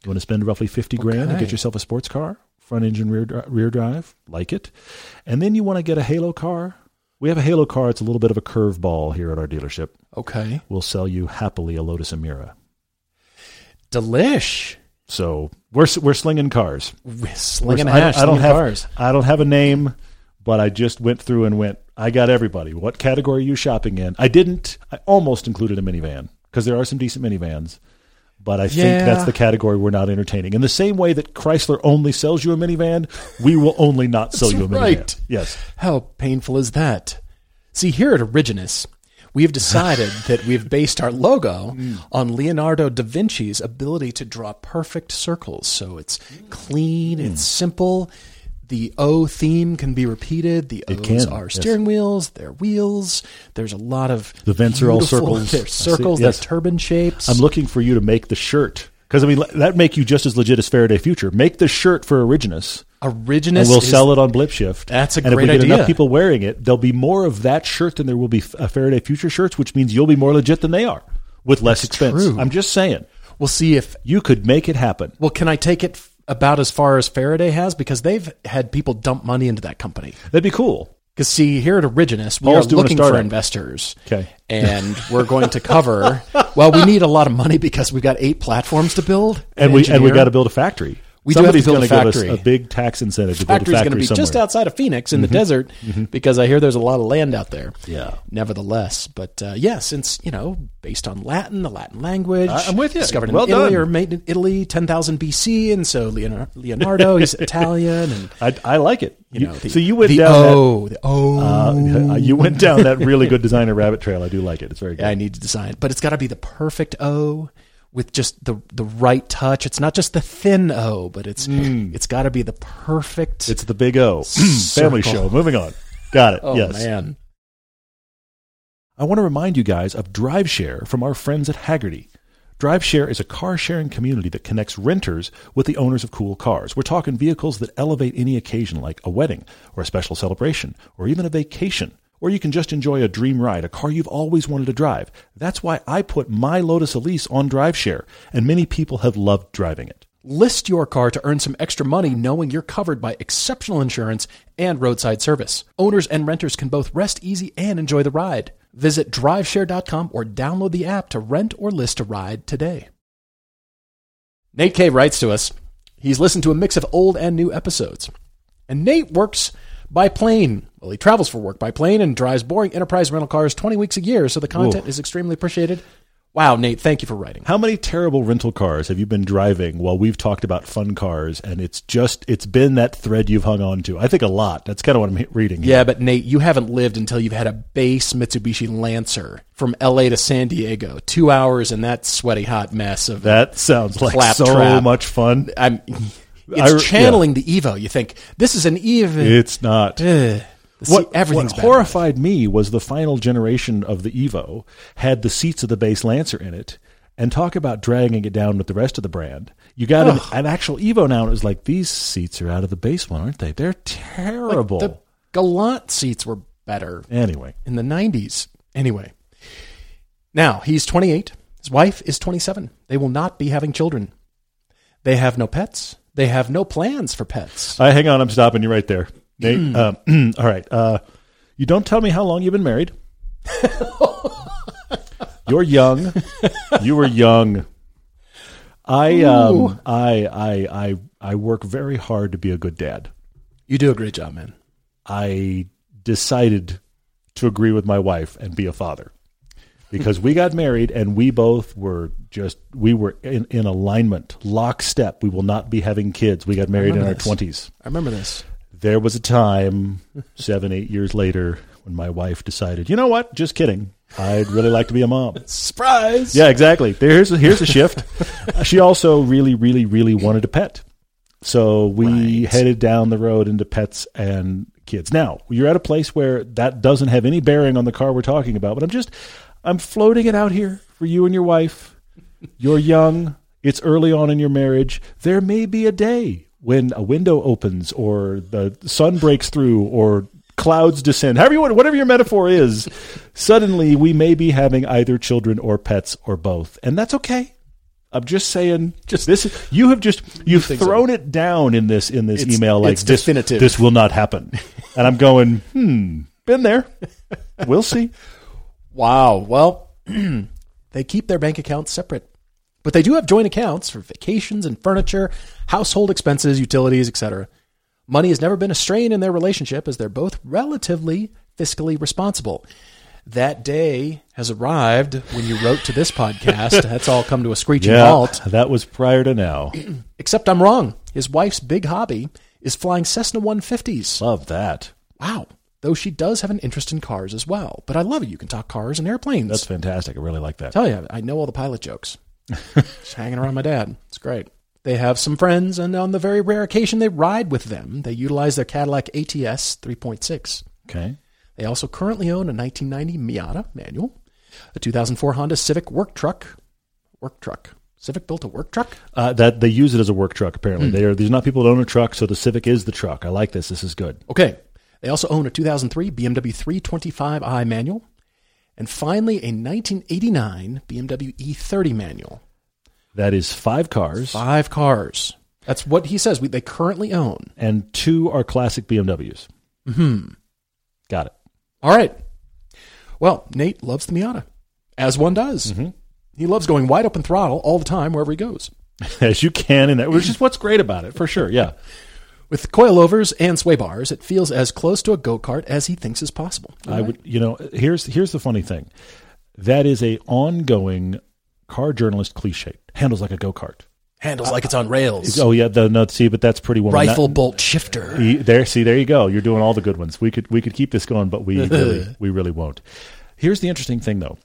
[SPEAKER 1] You want to spend roughly 50 grand and
[SPEAKER 3] Okay.
[SPEAKER 1] get yourself a sports car, front engine, rear, dri- rear drive, like it. And then you want to get a Halo car. We have a Halo car. It's a little bit of a curveball here at our dealership.
[SPEAKER 3] Okay.
[SPEAKER 1] We'll sell you happily a Lotus Emira.
[SPEAKER 3] Delish.
[SPEAKER 1] So we're, s- we're slinging cars. We're-
[SPEAKER 3] Slinging
[SPEAKER 1] I don't-
[SPEAKER 3] hash.
[SPEAKER 1] I don't,
[SPEAKER 3] slinging
[SPEAKER 1] have,
[SPEAKER 3] cars.
[SPEAKER 1] I don't have a name, but I just went through and went, I got everybody. What category are you shopping in? I didn't. I almost included a minivan because there are some decent minivans. But I think
[SPEAKER 3] Yeah.
[SPEAKER 1] that's the category we're not entertaining. In the same way that Chrysler only sells you a minivan, we will only not sell you a minivan.
[SPEAKER 3] right.
[SPEAKER 1] Yes.
[SPEAKER 3] How painful is that? See, here at Originus, we
[SPEAKER 1] <laughs>
[SPEAKER 3] have decided that we've based our logo
[SPEAKER 1] Mm.
[SPEAKER 3] on Leonardo da Vinci's ability to draw perfect circles. So it's clean, it's
[SPEAKER 1] Mm.
[SPEAKER 3] simple. The O theme can be repeated. The O's
[SPEAKER 1] can,
[SPEAKER 3] are
[SPEAKER 1] yes.
[SPEAKER 3] steering wheels, they're wheels. There's a lot of
[SPEAKER 1] The vents are all
[SPEAKER 3] beautiful- <laughs>
[SPEAKER 1] circles. I
[SPEAKER 3] They're
[SPEAKER 1] see,
[SPEAKER 3] circles,
[SPEAKER 1] yes.
[SPEAKER 3] they're turban shapes.
[SPEAKER 1] I'm looking for you to make the shirt because I mean that make you just as legit as Faraday Future. Make the shirt for Originus,
[SPEAKER 3] Originus
[SPEAKER 1] and we'll
[SPEAKER 3] is-
[SPEAKER 1] sell it on Blip Shift.
[SPEAKER 3] That's a
[SPEAKER 1] and
[SPEAKER 3] great
[SPEAKER 1] if we get enough
[SPEAKER 3] idea.
[SPEAKER 1] people wearing it, there'll be more of that shirt than there will be uh, Faraday Future shirts, which means you'll be more legit than they are with less expense.
[SPEAKER 3] true.
[SPEAKER 1] I'm just saying
[SPEAKER 3] We'll see if
[SPEAKER 1] you could make it happen.
[SPEAKER 3] Well, can I take it f- about as far as Faraday has? Because they've had people dump money into that company.
[SPEAKER 1] That'd be cool.
[SPEAKER 3] Because see, here at Originus, we
[SPEAKER 1] Paul's
[SPEAKER 3] are
[SPEAKER 1] doing a
[SPEAKER 3] looking for
[SPEAKER 1] startup.
[SPEAKER 3] investors.
[SPEAKER 1] Okay. <laughs>
[SPEAKER 3] And we're going to cover. well, we need a lot of money because we've got eight platforms to build,
[SPEAKER 1] And we and we
[SPEAKER 3] engineer.
[SPEAKER 1] got to build a factory.
[SPEAKER 3] We do have to
[SPEAKER 1] Somebody's
[SPEAKER 3] build
[SPEAKER 1] gonna
[SPEAKER 3] a
[SPEAKER 1] give us
[SPEAKER 3] factory.
[SPEAKER 1] a big tax incentive to build a
[SPEAKER 3] factory's going to
[SPEAKER 1] factory
[SPEAKER 3] be
[SPEAKER 1] somewhere. Mm-hmm.
[SPEAKER 3] just outside of Phoenix in the desert because I hear there's a lot of land out there.
[SPEAKER 1] Yeah.
[SPEAKER 3] Nevertheless, but uh, yeah, since you know, based on Latin, the Latin language,
[SPEAKER 1] I- I'm with you.
[SPEAKER 3] Discovered
[SPEAKER 1] Well
[SPEAKER 3] in Italy
[SPEAKER 1] done.
[SPEAKER 3] or made in Italy, ten thousand BC, and so Leonardo,
[SPEAKER 1] <laughs>
[SPEAKER 3] Leonardo he's Italian, and
[SPEAKER 1] I, I like it.
[SPEAKER 3] you
[SPEAKER 1] You-
[SPEAKER 3] know, the,
[SPEAKER 1] so you went
[SPEAKER 3] the
[SPEAKER 1] down that-
[SPEAKER 3] O, the O.
[SPEAKER 1] Uh, <laughs> you went down that really good designer rabbit trail. I do like it. It's very good.
[SPEAKER 3] I need to design, but it's got to be the perfect O with just the the right touch. It's not just the thin O, but it's it's got to be the perfect.
[SPEAKER 1] Mm. It's the Big O <clears throat> family
[SPEAKER 3] Circle.
[SPEAKER 1] show. Moving on. Got it.
[SPEAKER 3] oh
[SPEAKER 1] yes.
[SPEAKER 3] man,
[SPEAKER 1] I want to remind you guys of DriveShare from our friends at Haggerty. DriveShare is a car sharing community that connects renters with the owners of cool cars. We're talking vehicles that elevate any occasion like a wedding or a special celebration or even a vacation. Or you can just enjoy a dream ride, a car you've always wanted to drive. That's why I put my Lotus Elise on DriveShare, and many people have loved driving it.
[SPEAKER 3] list your car to earn some extra money, knowing you're covered by exceptional insurance and roadside service. Owners and renters can both rest easy and enjoy the ride. Visit driveshare.com or download the app to rent or list a ride today. Nate K writes to us. He's listened to a mix of old and new episodes. And Nate works by plane. Well, he travels for work by plane and drives boring enterprise rental cars 20 weeks a year, so the content is extremely appreciated. Wow, Nate, thank you for writing.
[SPEAKER 1] How many terrible rental cars have you been driving while we've talked about fun cars and it's just it's been that thread you've hung on to? I think a lot. That's kind of what I'm he- reading. here.
[SPEAKER 3] Yeah, but Nate, you haven't lived until you've had a base Mitsubishi Lancer from LA to San Diego. Two hours in that sweaty hot mess of
[SPEAKER 1] That sounds like
[SPEAKER 3] Claptrap.
[SPEAKER 1] so much fun.
[SPEAKER 3] I'm it's
[SPEAKER 1] <laughs> I-
[SPEAKER 3] channeling the Evo. You think this is an Evo?
[SPEAKER 1] It's not.
[SPEAKER 3] Ugh. See,
[SPEAKER 1] What,
[SPEAKER 3] everything's
[SPEAKER 1] what
[SPEAKER 3] bad.
[SPEAKER 1] horrified me was the final generation of the Evo had the seats of the base Lancer in it, and talk about dragging it down with the rest of the brand. You got an, an actual Evo now, and it was like these seats are out of the base one, aren't they? They're terrible.
[SPEAKER 3] The Galant seats were better
[SPEAKER 1] anyway,
[SPEAKER 3] in the 90s. Anyway, now he's 28. His wife is 27. They will not be having children. They have no pets. They have no plans for pets.
[SPEAKER 1] I hang on. I'm stopping you right there, Nate. um, <clears throat> all right. Uh, you don't tell me how long you've been married. You're young. You were young. I um I I I I work very hard to be a good dad.
[SPEAKER 3] You do a great job, man.
[SPEAKER 1] I decided to agree with my wife and be a father because we got married and we both were just we were in, in alignment, lockstep. We will not be having kids. We got married in
[SPEAKER 3] remember
[SPEAKER 1] our
[SPEAKER 3] this.
[SPEAKER 1] twenties
[SPEAKER 3] I remember this.
[SPEAKER 1] There was a time, seven, eight years later, when my wife decided, you know what? Just kidding. I'd really like to be a mom.
[SPEAKER 3] Surprise!
[SPEAKER 1] Yeah, exactly. Here's a, here's a shift. she also really, really, really wanted a pet, so we
[SPEAKER 3] Right.
[SPEAKER 1] headed down the road into pets and kids. Now you're at a place where that doesn't have any bearing on the car we're talking about, but I'm just I'm floating it out here for you and your wife. You're young. It's early on in your marriage. There may be a day when a window opens, or the sun breaks through, or clouds descend. However, you want, whatever your metaphor is, suddenly we may be having either children or pets or both, and that's okay. I'm just saying, just this. is- You have just you've thrown it down in this in this
[SPEAKER 3] It's-
[SPEAKER 1] email like
[SPEAKER 3] it's
[SPEAKER 1] this,
[SPEAKER 3] definitive.
[SPEAKER 1] This will not happen, and I'm going. Hmm, been there. We'll
[SPEAKER 3] <laughs>
[SPEAKER 1] see.
[SPEAKER 3] Wow. Well, <clears throat> they keep their bank accounts separate, but they do have joint accounts for vacations and furniture, household expenses, utilities, etc. Money has never been a strain in their relationship as they're both relatively fiscally responsible. That day has arrived when you wrote to this podcast. That's all come to a screeching halt.
[SPEAKER 1] that was prior to now.
[SPEAKER 3] Except I'm wrong. His wife's big hobby is flying Cessna 150s.
[SPEAKER 1] Love that.
[SPEAKER 3] Wow. Though she does have an interest in cars as well. But I love it. You can talk cars and airplanes.
[SPEAKER 1] That's fantastic. I really like that.
[SPEAKER 3] tell you, I know all the pilot jokes. Just hanging around my dad. It's great. They have some friends, and on the very rare occasion they ride with them, they utilize their Cadillac ATS 3.6.
[SPEAKER 1] Okay.
[SPEAKER 3] They also currently own a 1990 Miata manual, a 2004 Honda Civic work truck. Work truck. Civic built a work truck?
[SPEAKER 1] Uh, that they use it as a work truck.
[SPEAKER 3] Hmm.
[SPEAKER 1] Apparently, they are. There's not people that own a truck, so the Civic is the truck. I like this. This is good.
[SPEAKER 3] Okay. They also own a 2003 BMW 325i manual, and finally a 1989 BMW E30 E manual.
[SPEAKER 1] That is five cars,
[SPEAKER 3] Five cars. That's what he says we, they currently own.
[SPEAKER 1] and two are classic BMWs. Hmm.
[SPEAKER 3] Mm-hmm.
[SPEAKER 1] Got it. <laughs>
[SPEAKER 3] All right. Well, Nate loves the Miata, as one does.
[SPEAKER 1] Mm-hmm.
[SPEAKER 3] He loves going wide open throttle all the time wherever he goes,
[SPEAKER 1] As you can, and that which is what's great about it for sure. Yeah.
[SPEAKER 3] with coilovers and sway bars. It feels as close to a go kart as he thinks is possible.
[SPEAKER 1] I would, you know, here's here's the funny thing. That is a ongoing car journalist cliche. Handles like a go kart.
[SPEAKER 3] handles like it's on rails.
[SPEAKER 1] Oh yeah, the, no. See, but that's pretty woman.
[SPEAKER 3] Rifle
[SPEAKER 1] That-
[SPEAKER 3] bolt shifter.
[SPEAKER 1] E- there, see, there you go. You're doing all the good ones. We could we could keep this going, but we really we really won't. Here's the interesting thing, though.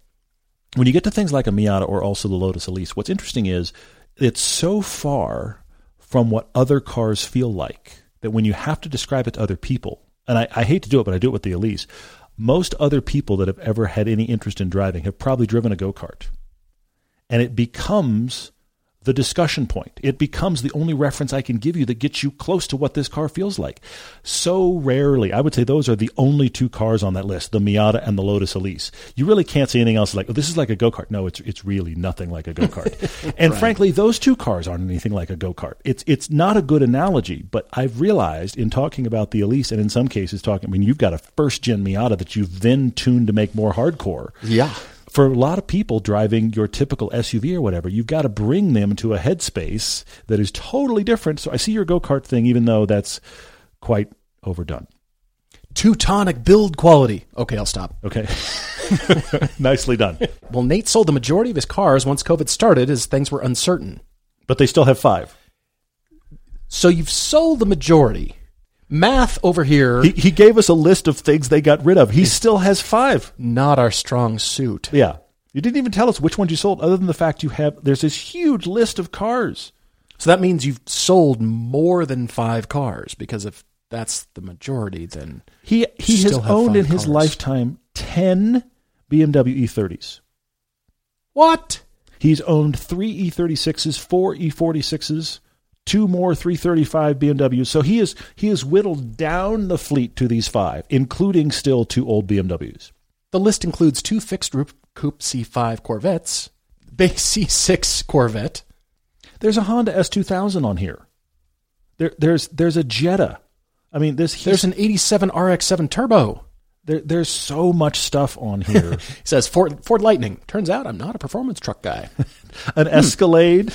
[SPEAKER 1] When you get to things like a Miata or also the Lotus Elise, what's interesting is it's so far from what other cars feel like that when you have to describe it to other people, and I, I hate to do it, but I do it with the Elise. Most other people that have ever had any interest in driving have probably driven a go kart and it becomes the discussion point. It becomes the only reference I can give you that gets you close to what this car feels like. So rarely, I would say those are the only two cars on that list, the Miata and the Lotus Elise. You really can't say anything else like, oh, this is like a go-kart. No, it's it's really nothing like a go-kart. and frankly, those two cars aren't anything like a go-kart. It's it's not a good analogy, but I've realized in talking about the Elise and in some cases talking I mean you've got a first gen Miata that you've then tuned to make more hardcore
[SPEAKER 3] Yeah.
[SPEAKER 1] for a lot of people driving your typical SUV or whatever, you've got to bring them to a headspace that is totally different. So I see your go kart thing, even though that's quite overdone.
[SPEAKER 3] Teutonic build quality. Okay, I'll stop.
[SPEAKER 1] Okay. <laughs> Nicely done.
[SPEAKER 3] Well, Nate sold the majority of his cars once COVID started as things were uncertain.
[SPEAKER 1] But they still have five.
[SPEAKER 3] So you've sold the majority. Math over here,
[SPEAKER 1] He, he gave us a list of things they got rid of. He still has five.
[SPEAKER 3] not our strong suit.
[SPEAKER 1] Yeah. You didn't even tell us which ones you sold, other than the fact you have, there's this huge list of cars.
[SPEAKER 3] So that means you've sold more than five cars because if that's the majority, then
[SPEAKER 1] He he
[SPEAKER 3] Still
[SPEAKER 1] has
[SPEAKER 3] have
[SPEAKER 1] owned in
[SPEAKER 3] five
[SPEAKER 1] his
[SPEAKER 3] cars.
[SPEAKER 1] lifetime 10 BMW E30s.
[SPEAKER 3] what?
[SPEAKER 1] He's owned three E36s, four E46s, two more 335 BMWs. So he is he has whittled down the fleet to these five, including still two old BMWs.
[SPEAKER 3] The list includes two fixed roof coupe C5 Corvettes, <laughs> base C6 Corvette.
[SPEAKER 1] There's a Honda S2000 on here. There there's there's a Jetta. I mean, this he's-
[SPEAKER 3] There's an 87 RX7 Turbo.
[SPEAKER 1] there, there's so much stuff on here.
[SPEAKER 3] He says Ford, Ford Lightning. Turns out I'm not a performance truck <laughs> guy.
[SPEAKER 1] an Escalade.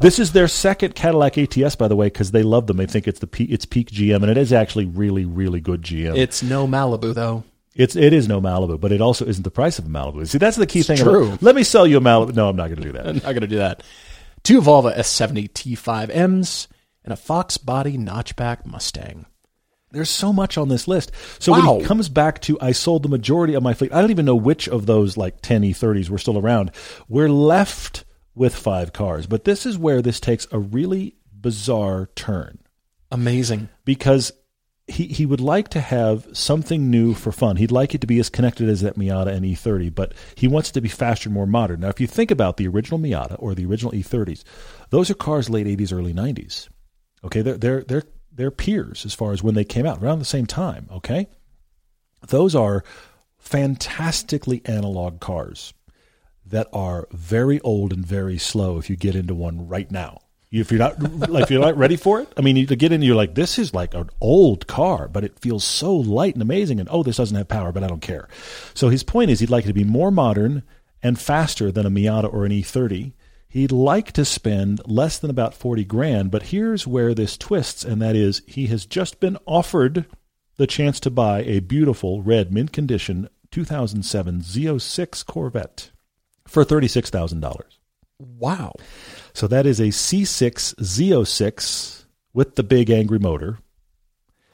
[SPEAKER 1] this is their second Cadillac ATS, by the way, because they love them. They think it's the pe- it's peak GM, and it is actually really really good GM.
[SPEAKER 3] it's no Malibu though.
[SPEAKER 1] It's it is no Malibu, but it also isn't the price of a Malibu. See, that's the key thing.
[SPEAKER 3] true.
[SPEAKER 1] about- let me sell you a Malibu. No, I'm not going to do that.
[SPEAKER 3] I'm not gonna do that. Two Volvo S70 T5Ms and a Fox body notchback Mustang.
[SPEAKER 1] There's so much on this list. So when
[SPEAKER 3] Wow.
[SPEAKER 1] he comes back to I sold the majority of my fleet, I don't even know which of those like 10 E30s were still around. We're left with five cars. But this is where this takes a really bizarre turn
[SPEAKER 3] Amazing.
[SPEAKER 1] because he, he would like to have something new for fun. He'd like it to be as connected as that Miata and E30, but he wants it to be faster and more modern. Now, if you think about the original Miata or the original E30s, those are cars late 80s, early 90s. Okay, they're, they're, they're, they're peers as far as when they came out, around the same time. Okay, those are fantastically analog cars that are very old and very slow if you get into one right now. If you're not like if you're not ready for it, I mean, you to get in, you're like, this is like an old car, but it feels so light and amazing. And oh, this doesn't have power, but I don't care. So his point is, he'd like it to be more modern and faster than a Miata or an E30. He'd like to spend less than about forty grand, but here's where this twists, and that is, he has just been offered the chance to buy a beautiful red mint condition 2007 Z06 Corvette for $36,000.
[SPEAKER 3] Wow.
[SPEAKER 1] So that is a C6 Z06 with the big angry motor.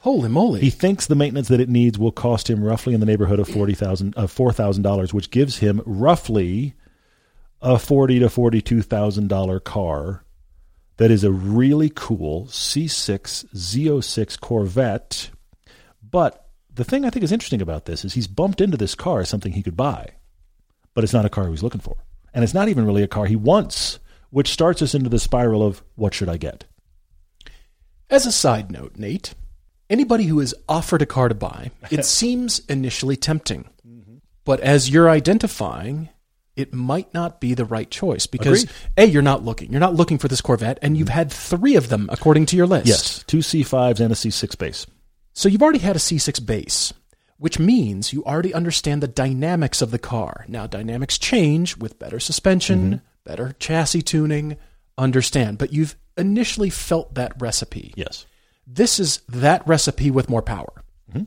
[SPEAKER 3] Holy moly.
[SPEAKER 1] He thinks the maintenance that it needs will cost him roughly in the neighborhood of uh, 40,000 of $4,000, which gives him roughly a 40 to $42,000 car that is a really cool C6 Z06 Corvette. But the thing I think is interesting about this is he's bumped into this car as something he could buy, but it's not a car he was looking for. And it's not even really a car he wants, which starts us into the spiral of what should I get?
[SPEAKER 3] As a side note, Nate, anybody who is offered a car to buy,
[SPEAKER 1] <laughs>
[SPEAKER 3] it seems initially tempting.
[SPEAKER 1] Mm-hmm.
[SPEAKER 3] But as you're identifying, it might not be the right choice because
[SPEAKER 1] Agreed. Mm-hmm.
[SPEAKER 3] A, you're not looking. You're not looking for this Corvette, and you've had three of them according to your list.
[SPEAKER 1] Yes, two C5s and a C6 base.
[SPEAKER 3] So you've already had a C6 base, which means you already understand the dynamics of the car. Now, dynamics change with better suspension,
[SPEAKER 1] Mm-hmm.
[SPEAKER 3] better chassis tuning, understand. But you've initially felt that recipe
[SPEAKER 1] Yes.
[SPEAKER 3] this is that recipe with more power.
[SPEAKER 1] Mm-hmm.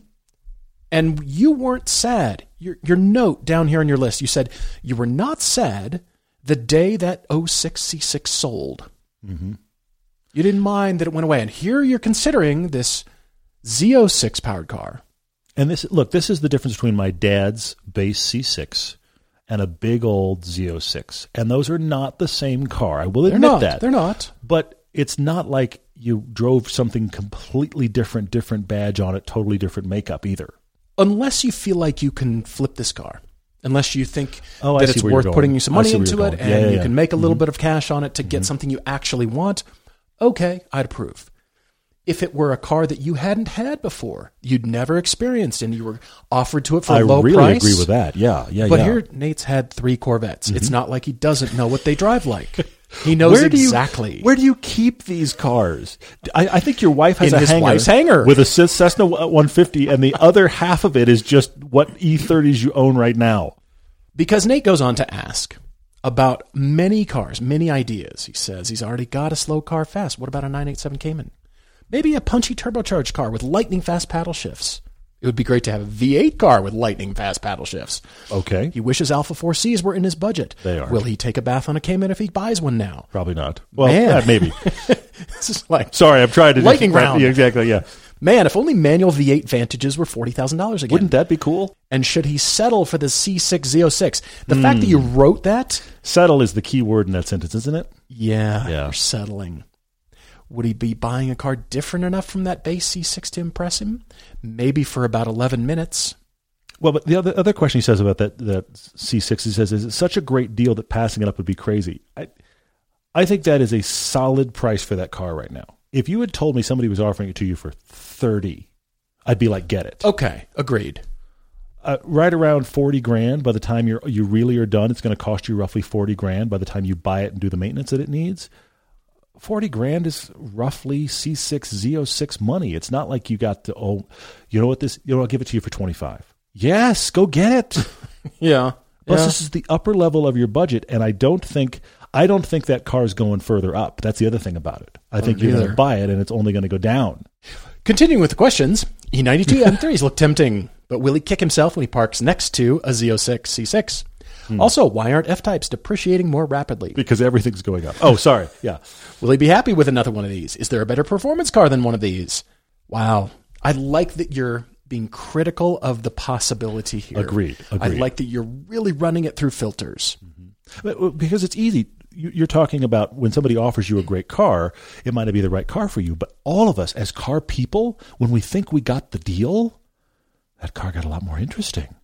[SPEAKER 3] And you weren't sad. Your, your note down here on your list, you said you were not sad the day that 06C6 sold.
[SPEAKER 1] Mm-hmm.
[SPEAKER 3] You didn't mind that it went away. And here you're considering this Z06 powered car.
[SPEAKER 1] And this look, this is the difference between my dad's base C6 and a big old Z06. And those are not the same car. I will
[SPEAKER 3] They're
[SPEAKER 1] admit
[SPEAKER 3] not.
[SPEAKER 1] that.
[SPEAKER 3] They're not.
[SPEAKER 1] But it's not like you drove something completely different, different badge on it, totally different makeup either.
[SPEAKER 3] Unless you feel like you can flip this car. Unless you think
[SPEAKER 1] Oh, I
[SPEAKER 3] that
[SPEAKER 1] see
[SPEAKER 3] it's
[SPEAKER 1] where you're
[SPEAKER 3] worth
[SPEAKER 1] going.
[SPEAKER 3] putting you some
[SPEAKER 1] I
[SPEAKER 3] money
[SPEAKER 1] see where
[SPEAKER 3] into
[SPEAKER 1] you're
[SPEAKER 3] it
[SPEAKER 1] going.
[SPEAKER 3] and
[SPEAKER 1] Yeah, yeah,
[SPEAKER 3] you
[SPEAKER 1] yeah. Mm-hmm.
[SPEAKER 3] can make a little bit of cash on it to get something you actually want, okay, I'd approve. If it were a car that you hadn't had before, you'd never experienced, and you were offered to it for
[SPEAKER 1] I
[SPEAKER 3] a low
[SPEAKER 1] really
[SPEAKER 3] price,
[SPEAKER 1] agree with that. Yeah, yeah,
[SPEAKER 3] But
[SPEAKER 1] yeah.
[SPEAKER 3] here, Nate's had three Corvettes. It's not like he doesn't know what they
[SPEAKER 1] <laughs>
[SPEAKER 3] drive like. He knows exactly.
[SPEAKER 1] Do you, where do you keep these cars? I, I think your wife has
[SPEAKER 3] In
[SPEAKER 1] a
[SPEAKER 3] his
[SPEAKER 1] hangar,
[SPEAKER 3] wife's hangar.
[SPEAKER 1] with a Ces- Cessna 150, and the other half of it is just what E30s you own right now.
[SPEAKER 3] Because Nate goes on to ask about many cars, many ideas. He says he's already got a slow car fast. What about a 987 Cayman? Maybe a punchy turbocharged car with lightning fast paddle shifts. It would be great to have a V8 car with lightning fast paddle shifts.
[SPEAKER 1] Okay,
[SPEAKER 3] He wishes Alpha 4Cs were in his budget.
[SPEAKER 1] They are.
[SPEAKER 3] Will he take a bath on a Cayman if he buys one now? <laughs>
[SPEAKER 1] probably not. Well,
[SPEAKER 3] Man.
[SPEAKER 1] yeah, maybe.
[SPEAKER 3] This is like,
[SPEAKER 1] Sorry, I'm trying <laughs> to
[SPEAKER 3] Lightning round.
[SPEAKER 1] Yeah, exactly. Yeah,
[SPEAKER 3] man, if only manual V8 Vantages were $40,000 again.
[SPEAKER 1] wouldn't that be cool?
[SPEAKER 3] and should he settle for the C6 Z06? The fact that
[SPEAKER 1] Hmm.
[SPEAKER 3] you wrote that
[SPEAKER 1] Settle is the key word in that sentence, isn't it?
[SPEAKER 3] Yeah,
[SPEAKER 1] Yeah.
[SPEAKER 3] Or settling. Would he be buying a car different enough from that base C6 to impress him? Maybe for about 11 minutes.
[SPEAKER 1] Well, but the other other question he says about that that C six he says is it's such a great deal that passing it up would be crazy. I I think that is a solid price for that car right now. If you had told me somebody was offering it to you for thirty, I'd be like, get it.
[SPEAKER 3] Okay, agreed.
[SPEAKER 1] Uh, right around forty grand. By the time you're you really are done, it's going to cost you roughly forty grand. By the time you buy it and do the maintenance that it needs, forty grand is roughly C six Z oh six money. It's not like you got to oh, you know what this you know I'll give it to you for twenty five. Yes, go get it.
[SPEAKER 3] Yeah.
[SPEAKER 1] Plus, this is the upper level of your budget, and I don't think I don't think that car's going further up. That's the other thing about it. I think you're going
[SPEAKER 3] neither.
[SPEAKER 1] to buy it, and it's only going to go down.
[SPEAKER 3] Continuing with the questions, E <laughs> E92 M3s look tempting, but will he kick himself when he parks next to a Z06 C6? Also, why aren't F types depreciating more rapidly?
[SPEAKER 1] Because everything's going up. Oh, sorry. Yeah.
[SPEAKER 3] Will he be happy with another one of these? Is there a better performance car than one of these? Wow. I like that you're being critical of the possibility here.
[SPEAKER 1] Agreed,
[SPEAKER 3] I
[SPEAKER 1] agreed.
[SPEAKER 3] like that you're really running it through filters.
[SPEAKER 1] But- uh, Because it's easy. You- You're talking about when somebody offers you a great car, it might not be the right car for you. But all of us, as car people, when we think we got the deal, that car got a lot more interesting.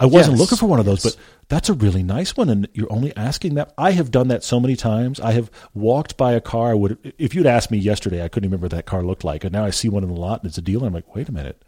[SPEAKER 1] I wasn't
[SPEAKER 3] Yes,
[SPEAKER 1] looking for one of those,
[SPEAKER 3] yes.
[SPEAKER 1] but that's a really nice one. And you're only asking that. I have done that so many times. I have walked by a car. I would, if you'd asked me yesterday, I couldn't remember what that car looked like. And now I see one in the lot and it's a deal. And I'm like, wait a minute.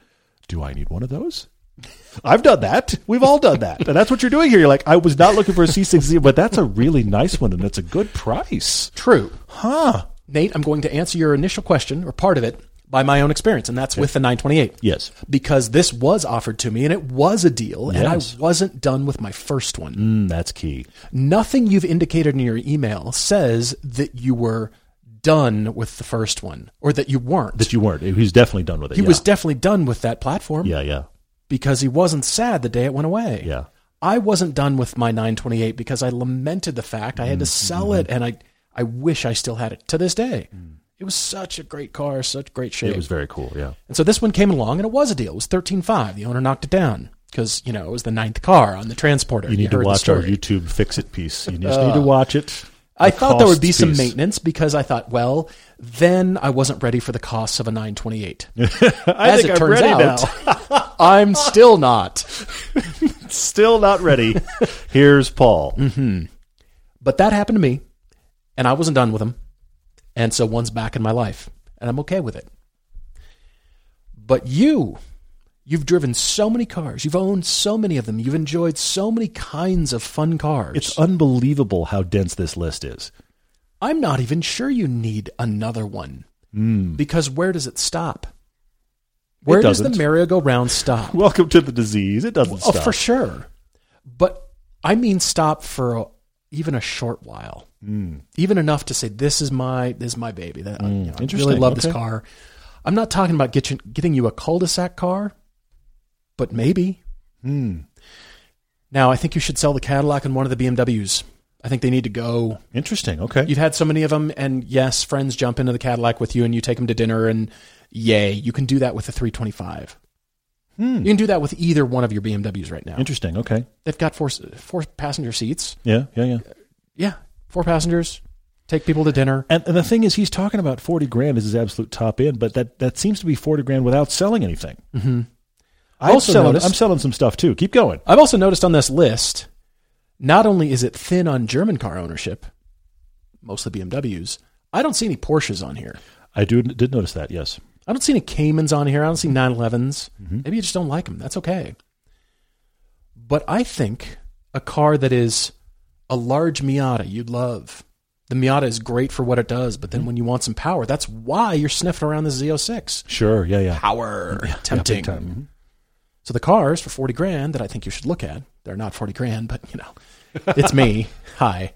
[SPEAKER 1] Do I need one of those? <laughs> I've done that. We've all done that. And that's what you're doing here. You're like, I was not looking for a C6Z, but that's a really nice one and it's a good price.
[SPEAKER 3] True.
[SPEAKER 1] Huh.
[SPEAKER 3] Nate, I'm going to answer your initial question or part of it by my own experience, and that's with the 928.
[SPEAKER 1] Yes.
[SPEAKER 3] Because this was offered to me and it was a deal, and
[SPEAKER 1] Yes.
[SPEAKER 3] I wasn't done with my first one.
[SPEAKER 1] Mm, that's key.
[SPEAKER 3] Nothing you've indicated in your email says that you were done with the first one or that you weren't.
[SPEAKER 1] That you weren't. He's definitely done with it.
[SPEAKER 3] he
[SPEAKER 1] yeah.
[SPEAKER 3] was definitely done with that platform
[SPEAKER 1] Yeah, yeah,
[SPEAKER 3] because he wasn't sad the day it went away.
[SPEAKER 1] yeah.
[SPEAKER 3] I wasn't done with my 928 because I lamented the fact I had to
[SPEAKER 1] Mm-hmm.
[SPEAKER 3] sell it and I I wish I still had it to this day. It was such a great car, such great shape.
[SPEAKER 1] Mm. It was very cool. Yeah.
[SPEAKER 3] and so this one came along and it was a deal. It was 13.5. The owner knocked it down because, you know, it was the ninth car on the transporter.
[SPEAKER 1] You need to
[SPEAKER 3] heard the
[SPEAKER 1] watch our
[SPEAKER 3] story.
[SPEAKER 1] YouTube fix it piece. You just need to watch it.
[SPEAKER 3] I
[SPEAKER 1] The
[SPEAKER 3] thought there would be
[SPEAKER 1] cost
[SPEAKER 3] some
[SPEAKER 1] piece.
[SPEAKER 3] maintenance because I thought, well, then I wasn't ready for the costs of a 928.
[SPEAKER 1] <laughs> I
[SPEAKER 3] As
[SPEAKER 1] think
[SPEAKER 3] it
[SPEAKER 1] I'm
[SPEAKER 3] turns
[SPEAKER 1] ready now.
[SPEAKER 3] out, <laughs> I'm still not.
[SPEAKER 1] Still not <laughs> ready. Here's Paul.
[SPEAKER 3] But that happened to me, and I wasn't done with them. And so one's back in my life, and I'm okay with it. But you, you've driven so many cars, you've owned so many of them, you've enjoyed so many kinds of fun cars.
[SPEAKER 1] It's unbelievable how dense this list is.
[SPEAKER 3] I'm not even sure you need another one.
[SPEAKER 1] Mm.
[SPEAKER 3] Because where does it stop? Where does the
[SPEAKER 1] doesn't.
[SPEAKER 3] merry-go-round stop?
[SPEAKER 1] Welcome to the disease. It doesn't
[SPEAKER 3] Oh,
[SPEAKER 1] stop.
[SPEAKER 3] for sure. But I mean, stop for a, even a short while,
[SPEAKER 1] Hmm.
[SPEAKER 3] even enough to say, "This is my this is my baby. That uh, you know, I really
[SPEAKER 1] Interesting.
[SPEAKER 3] love this
[SPEAKER 1] Okay.
[SPEAKER 3] car." I'm not talking about get you, getting you a cul-de-sac car, but maybe.
[SPEAKER 1] Hmm.
[SPEAKER 3] Now, I think you should sell the Cadillac and one of the BMWs. I think they need to go.
[SPEAKER 1] Interesting. Okay.
[SPEAKER 3] You've had so many of them, and yes, friends jump into the Cadillac with you, and you take them to dinner, and yay, you can do that with the 325.
[SPEAKER 1] Hmm.
[SPEAKER 3] You can do that with either one of your BMWs right now.
[SPEAKER 1] Interesting. Okay.
[SPEAKER 3] They've got four four passenger seats.
[SPEAKER 1] Yeah. Yeah. Yeah.
[SPEAKER 3] Yeah, four passengers. Take people to dinner.
[SPEAKER 1] And, and the thing is, he's talking about forty grand as his absolute top end, but that, that seems to be forty grand without selling anything. Mm-hmm. I'm
[SPEAKER 3] Also
[SPEAKER 1] selling.
[SPEAKER 3] noticed-
[SPEAKER 1] I'm selling some stuff too. Keep going.
[SPEAKER 3] I've also noticed on this list, not only is it thin on German car ownership, mostly BMWs. I don't see any Porsches on here.
[SPEAKER 1] I do did notice that. Yes.
[SPEAKER 3] I don't see any Caymans on here. I don't see 911s. Maybe you just don't like them. That's okay. But I think a car that is a large Miata you'd love. The Miata is great for what it does, but then when you want some power, that's why you're sniffing around the Z06.
[SPEAKER 1] Sure. Yeah. Yeah.
[SPEAKER 3] power
[SPEAKER 1] Yeah, big
[SPEAKER 3] tempting.
[SPEAKER 1] time. Mhm.
[SPEAKER 3] so the cars for 40 grand that I think you should look at, they're not 40 grand, but you
[SPEAKER 1] <laughs>
[SPEAKER 3] know, it's me. Hi.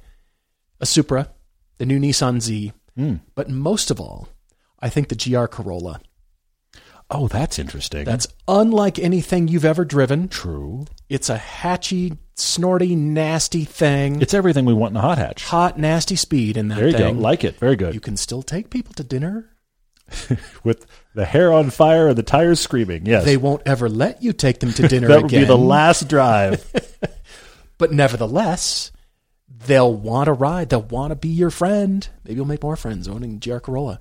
[SPEAKER 3] A Supra, the new Nissan Z,
[SPEAKER 1] Hmm.
[SPEAKER 3] but most of all, I think the GR Corolla.
[SPEAKER 1] Oh, that's interesting.
[SPEAKER 3] That's unlike anything you've ever driven.
[SPEAKER 1] true.
[SPEAKER 3] It's a hatchy, snorty, nasty thing.
[SPEAKER 1] It's everything we want in a hot hatch.
[SPEAKER 3] Mm-hmm. hot, nasty speed in that
[SPEAKER 1] There you
[SPEAKER 3] thing.
[SPEAKER 1] go. Like it. Very good.
[SPEAKER 3] you can still take people to dinner.
[SPEAKER 1] With the hair on fire and the tires screaming. Yes.
[SPEAKER 3] They won't ever let you take them to
[SPEAKER 1] <laughs>
[SPEAKER 3] dinner
[SPEAKER 1] that would
[SPEAKER 3] again.
[SPEAKER 1] be the last
[SPEAKER 3] <laughs>
[SPEAKER 1] drive.
[SPEAKER 3] But nevertheless, they'll want to ride. They'll want to be your friend. Maybe you'll make more friends owning GR Corolla.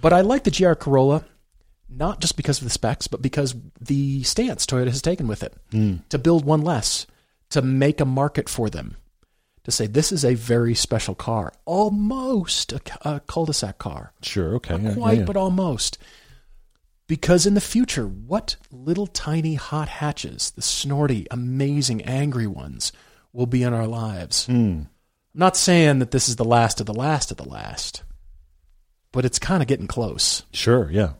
[SPEAKER 3] but I like the GR Corolla, not just because of the specs, but because the stance Toyota has taken with it to build one less, to make a market for them, to say this is a very special car, almost a, cu- a cul-de-sac car
[SPEAKER 1] sure. Okay.
[SPEAKER 3] not quite, but almost. Because in the future, what little tiny hot hatches, the snorty, amazing, angry ones, will be in our lives.
[SPEAKER 1] Mm.
[SPEAKER 3] I'm not saying that this is the last of the last of the last, but it's kind of getting close.
[SPEAKER 1] sure. Yeah.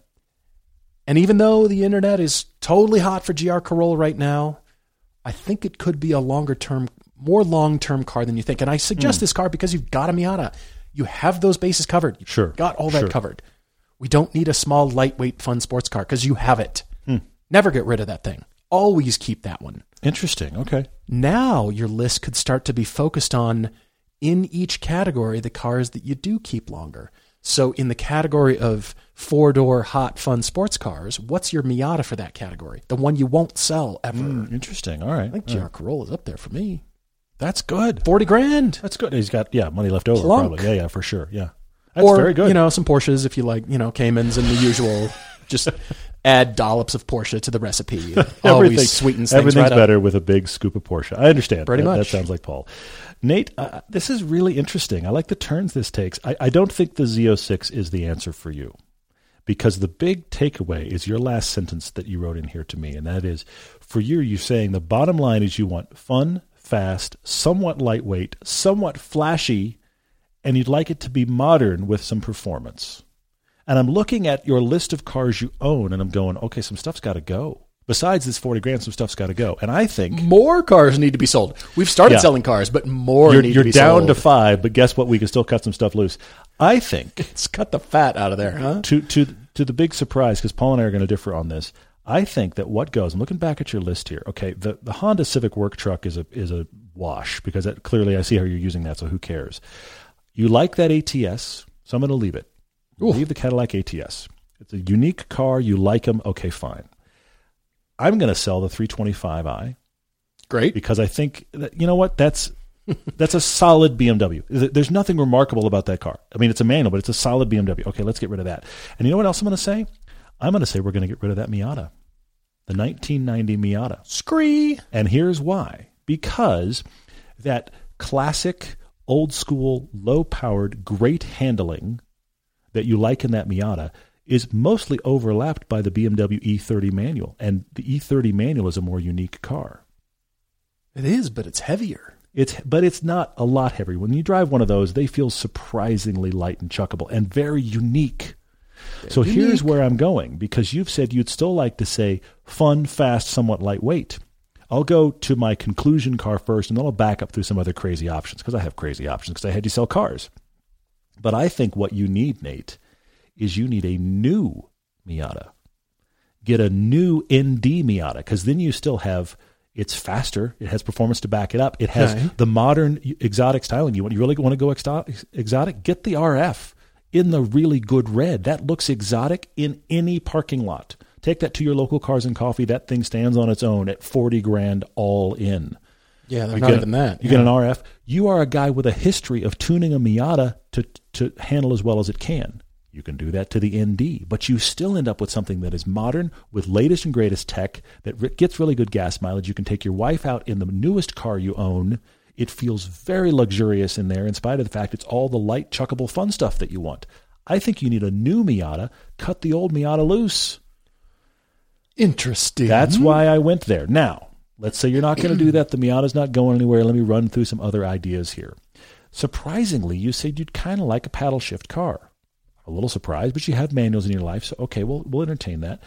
[SPEAKER 3] And even though the internet is totally hot for GR Corolla right now, I think it could be a longer term, more long term car than you think. And I
[SPEAKER 1] Hmm.
[SPEAKER 3] suggest this car because you've got a Miata. You have those bases covered. You've
[SPEAKER 1] Sure,
[SPEAKER 3] Got all that
[SPEAKER 1] sure.
[SPEAKER 3] covered. We don't need a small, lightweight, fun sports car because you have it.
[SPEAKER 1] Hmm.
[SPEAKER 3] Never get rid of that thing. Always keep that one.
[SPEAKER 1] Interesting. Okay.
[SPEAKER 3] Now your list could start to be focused on in each category the cars that you do keep longer. So, in the category of four door hot fun sports cars, what's your Miata for that category? The one you won't sell ever.
[SPEAKER 1] Mm. Interesting. All right.
[SPEAKER 3] I think GR Corolla's up there for me.
[SPEAKER 1] That's good.
[SPEAKER 3] Forty grand,
[SPEAKER 1] That's good. He's got yeah money left over
[SPEAKER 3] Plunk.
[SPEAKER 1] probably. Yeah, yeah, for sure. Yeah, that's
[SPEAKER 3] or
[SPEAKER 1] very good.
[SPEAKER 3] you know some Porsches if you like, you know Caymans and
[SPEAKER 1] <laughs>
[SPEAKER 3] the usual. Just add dollops of Porsche to
[SPEAKER 1] <laughs>
[SPEAKER 3] the recipe. It always sweetens things
[SPEAKER 1] everything's
[SPEAKER 3] right up.
[SPEAKER 1] better with a big scoop of Porsche. I understand.
[SPEAKER 3] Pretty
[SPEAKER 1] that, That
[SPEAKER 3] much.
[SPEAKER 1] sounds like Paul. Nate, uh, this is really interesting. I like the turns this takes. I, I don't think the Z06 is the answer for you because the big takeaway is your last sentence that you wrote in here to me, and that is for you, you're saying the bottom line is you want fun, fast, somewhat lightweight, somewhat flashy, and you'd like it to be modern with some performance. And I'm looking at your list of cars you own, and I'm going, okay, some stuff's got to go. Besides this 40 grand, some stuff's got to go. And I think
[SPEAKER 3] More cars need to be sold. We've started
[SPEAKER 1] Yeah.
[SPEAKER 3] selling cars, but more
[SPEAKER 1] you're,
[SPEAKER 3] need
[SPEAKER 1] you're
[SPEAKER 3] to be
[SPEAKER 1] down
[SPEAKER 3] sold.
[SPEAKER 1] to five, but guess what? We can still cut some stuff loose. I think
[SPEAKER 3] Let's cut the fat out of there, huh?
[SPEAKER 1] to to to the big surprise, because Paul and I are going to differ on this. I think that what goes. I'm looking back at your list here. Okay, the, the Honda Civic work truck is a is a wash because that, clearly I see how you're using that. So who cares? You like that ATS, so I'm going to leave it. Leave the Cadillac ATS. It's a unique car. You like them. Okay, fine. I'm going to sell the 325i
[SPEAKER 3] Great.
[SPEAKER 1] because I think that, you know what that's that's a solid BMW. Th- There's nothing remarkable about that car. I mean, it's a manual, but it's a solid BMW. Okay, let's get rid of that. And you know what else I'm going to say? I'm going to say we're going to get rid of that Miata, the 1990 Miata.
[SPEAKER 3] Scree.
[SPEAKER 1] And here's why because that classic, old school, low powered, great handling that you like in that Miata is mostly overlapped by the BMW E30 E manual. And the E30 manual is a more unique car.
[SPEAKER 3] It is, but it's heavier.
[SPEAKER 1] It's but it's not a lot heavier. When you drive one of those, they feel surprisingly light and chuckable and very unique. so here's where I'm going because you've said you'd still like to say fun, fast, somewhat lightweight. I'll go to my conclusion car first and then I'll back up through some other crazy options because I have crazy options because I had you sell cars. But I think what you need, Nate, is you need a new Miata. Get a new ND Miata because then you still have it's faster. It has performance to back it up. It has
[SPEAKER 3] Okay.
[SPEAKER 1] the modern exotic styling. You want you really want to go exo- exotic? Get the RF in the really good red. That looks exotic in any parking lot. Take that to your local cars and coffee. That thing stands on its own at forty grand all in.
[SPEAKER 3] Yeah, they're
[SPEAKER 1] You
[SPEAKER 3] not
[SPEAKER 1] get-
[SPEAKER 3] even that.
[SPEAKER 1] You get an RF. You are a guy with a history of tuning a Miata to to handle as well as it can. You can do that to the ND, but you still end up with something that is modern, with latest and greatest tech that re- gets really good gas mileage. You can take your wife out in the newest car you own. It feels very luxurious in there, in spite of the fact it's all the light, chuckable, fun stuff that you want. I think you need a new Miata. Cut the old Miata loose.
[SPEAKER 3] Interesting.
[SPEAKER 1] That's why I went there. Now, let's say you're not going to do that. The Miata's not going anywhere. Let me run through some other ideas here. Surprisingly, you said you'd kind of like a paddle shift car. A little surprised, but you have manuals in your life, so okay, we'll we'll entertain that.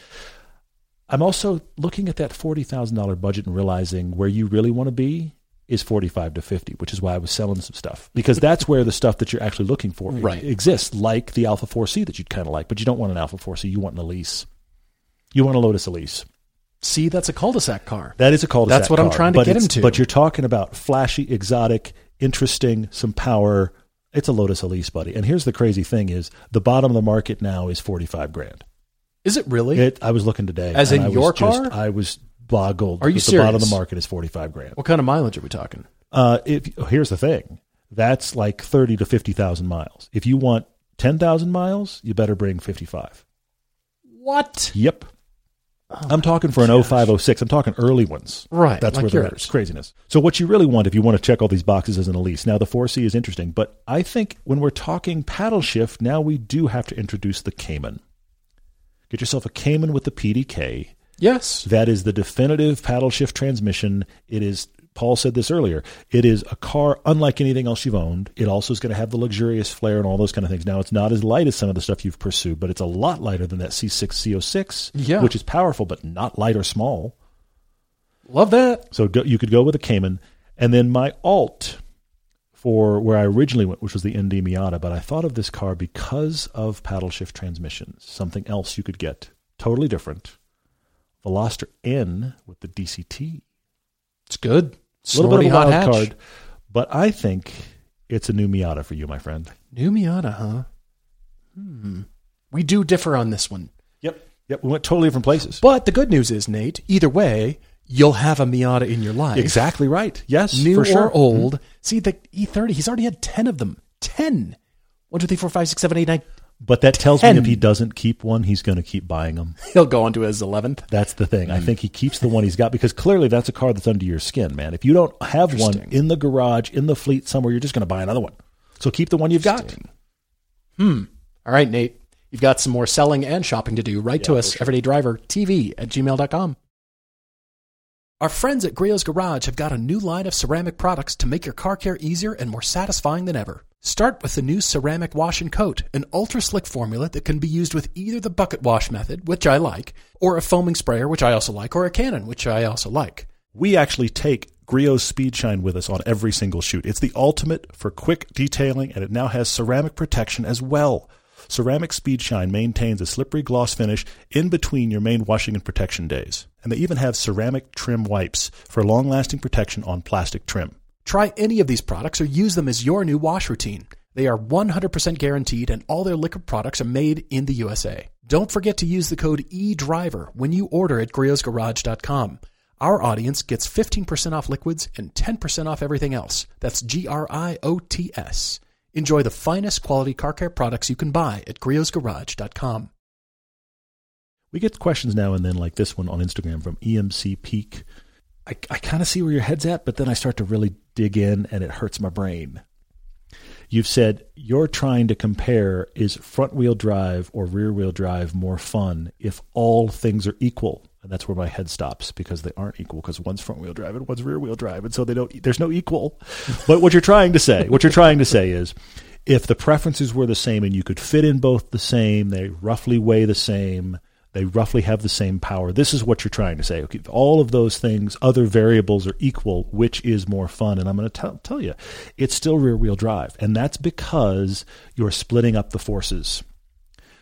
[SPEAKER 1] I'm also looking at that forty thousand dollar budget and realizing where you really want to be is forty five to fifty, which is why I was selling some stuff because that's where the stuff that you're actually looking for e-,
[SPEAKER 3] Right.
[SPEAKER 1] exists, like the Alpha Four C that you'd kind of like, but you don't want an Alpha Four C. You want an Elise. You want a Lotus Elise.
[SPEAKER 3] See, that's a cul-de-sac car.
[SPEAKER 1] That is a cul-de-sac.
[SPEAKER 3] That's what I'm
[SPEAKER 1] car,
[SPEAKER 3] trying to
[SPEAKER 1] but
[SPEAKER 3] get
[SPEAKER 1] it's-
[SPEAKER 3] him to.
[SPEAKER 1] But you're talking about flashy, exotic, interesting, some power. It's a Lotus Elise, buddy. And here's the crazy thing: is the bottom of the market now is forty-five grand.
[SPEAKER 3] Is it really?
[SPEAKER 1] It, I was looking today,
[SPEAKER 3] As
[SPEAKER 1] and
[SPEAKER 3] in
[SPEAKER 1] I was
[SPEAKER 3] your
[SPEAKER 1] just-
[SPEAKER 3] car?
[SPEAKER 1] I was boggled.
[SPEAKER 3] Are you
[SPEAKER 1] that The bottom of
[SPEAKER 3] serious?
[SPEAKER 1] the market is forty-five grand.
[SPEAKER 3] what kind of mileage are we talking?
[SPEAKER 1] Uh, if here's the thing, that's like thirty to fifty thousand miles. If you want ten thousand miles, you better bring fifty-five.
[SPEAKER 3] What?
[SPEAKER 1] Yep.
[SPEAKER 3] Oh
[SPEAKER 1] I'm talking for an 0506. I'm talking early ones.
[SPEAKER 3] Right,
[SPEAKER 1] That's
[SPEAKER 3] like
[SPEAKER 1] where they're at.
[SPEAKER 3] yours.
[SPEAKER 1] It's craziness. So what you really want if you want to check all these boxes is an Elise. Now the 4C is interesting, but I think when we're talking paddle shift, now we do have to introduce the Cayman. Get yourself a Cayman with the PDK.
[SPEAKER 3] Yes.
[SPEAKER 1] That is the definitive paddle shift transmission. It is Paul said this earlier. It is a car unlike anything else you've owned. It also is going to have the luxurious flair and all those kind of things. Now it's not as light as some of the stuff you've pursued, but it's a lot lighter than that C6 CO6,
[SPEAKER 3] Yeah.
[SPEAKER 1] oh which is powerful but not light or small.
[SPEAKER 3] Love that.
[SPEAKER 1] So go, you could go with a Cayman, and then my alt for where I originally went, which was the ND Miata. But I thought of this car because of paddle shift transmissions. Something else you could get, totally different. Veloster N with the DCT,
[SPEAKER 3] It's good.
[SPEAKER 1] a little bit of a
[SPEAKER 3] Snorty
[SPEAKER 1] wild
[SPEAKER 3] hot hatch.
[SPEAKER 1] card, but I think it's a new Miata for you, my friend.
[SPEAKER 3] New Miata, huh? Hmm. We do differ on this one.
[SPEAKER 1] Yep. Yep. We went totally different places.
[SPEAKER 3] But the good news is, Nate, either way, you'll have a Miata in your life.
[SPEAKER 1] exactly right. Yes.
[SPEAKER 3] New
[SPEAKER 1] for sure.
[SPEAKER 3] or old. See, the E30, he's already had 10 of them. 10. 1, 2, 3, 4, 5, 6, 7, 8, 9.
[SPEAKER 1] But that tells
[SPEAKER 3] Ten.
[SPEAKER 1] me if he doesn't keep one, he's going to keep buying them.
[SPEAKER 3] <laughs> He'll go on to his 11th.
[SPEAKER 1] That's the thing. I think he keeps the one he's got because clearly that's a car that's under your skin, man. If you don't have one in the garage, in the fleet somewhere, you're just going to buy another one. So keep the one you've got.
[SPEAKER 3] Hmm. All right, Nate. You've got some more selling and shopping to do. Write to us, everydaydrivertv at gmail.com. Our friends at Griot's Garage have got a new line of ceramic products to make your car care easier and more satisfying than ever. Start with the new ceramic wash and coat, an ultra slick formula that can be used with either the bucket wash method, which I like, or a foaming sprayer, which I also like, or a cannon, which I also like.
[SPEAKER 1] We actually take Griot's Speed Shine with us on every single shoot. It's the ultimate for quick detailing, and it now has ceramic protection as well. Ceramic Speed Shine maintains a slippery gloss finish in between your main washing and protection days. And they even have ceramic trim wipes for long lasting protection on plastic trim.
[SPEAKER 3] Try any of these products or use them as your new wash routine. They are 100% guaranteed and all their liquid products are made in the USA. Don't forget to use the code EDRIVER when you order at griotsgarage.com. Our audience gets 15% off liquids and 10% off everything else. That's G R I O T S. Enjoy the finest quality car care products you can buy at griotsgarage.com.
[SPEAKER 1] We get questions now and then, like this one on Instagram from EMC Peak. I, I kind of see where your head's at, but then I start to really dig in and it hurts my brain. You've said you're trying to compare is front wheel drive or rear wheel drive more fun if all things are equal? And that's where my head stops because they aren't equal because one's front wheel drive and one's rear wheel drive. And so they don't, there's no equal. but what you're trying to say, what you're trying to say is if the preferences were the same and you could fit in both the same, they roughly weigh the same, they roughly have the same power. This is what you're trying to say. Okay, if all of those things, other variables are equal, which is more fun? And I'm going to tell, tell you, it's still rear wheel drive. And that's because you're splitting up the forces.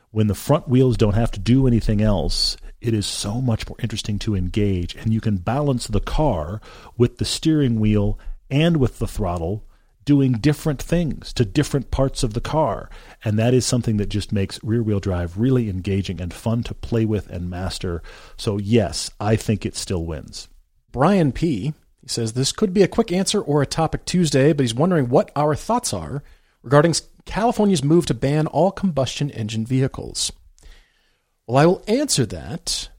[SPEAKER 1] When the front wheels don't have to do anything else, it is so much more interesting to engage. And you can balance the car with the steering wheel and with the throttle doing different things to different parts of the car. And that is something that just makes rear wheel drive really engaging and fun to play with and master. So, yes, I think it still wins.
[SPEAKER 3] Brian P. He says this could be a quick answer or a topic Tuesday, but he's wondering what our thoughts are regarding California's move to ban all combustion engine vehicles. Well, I will answer that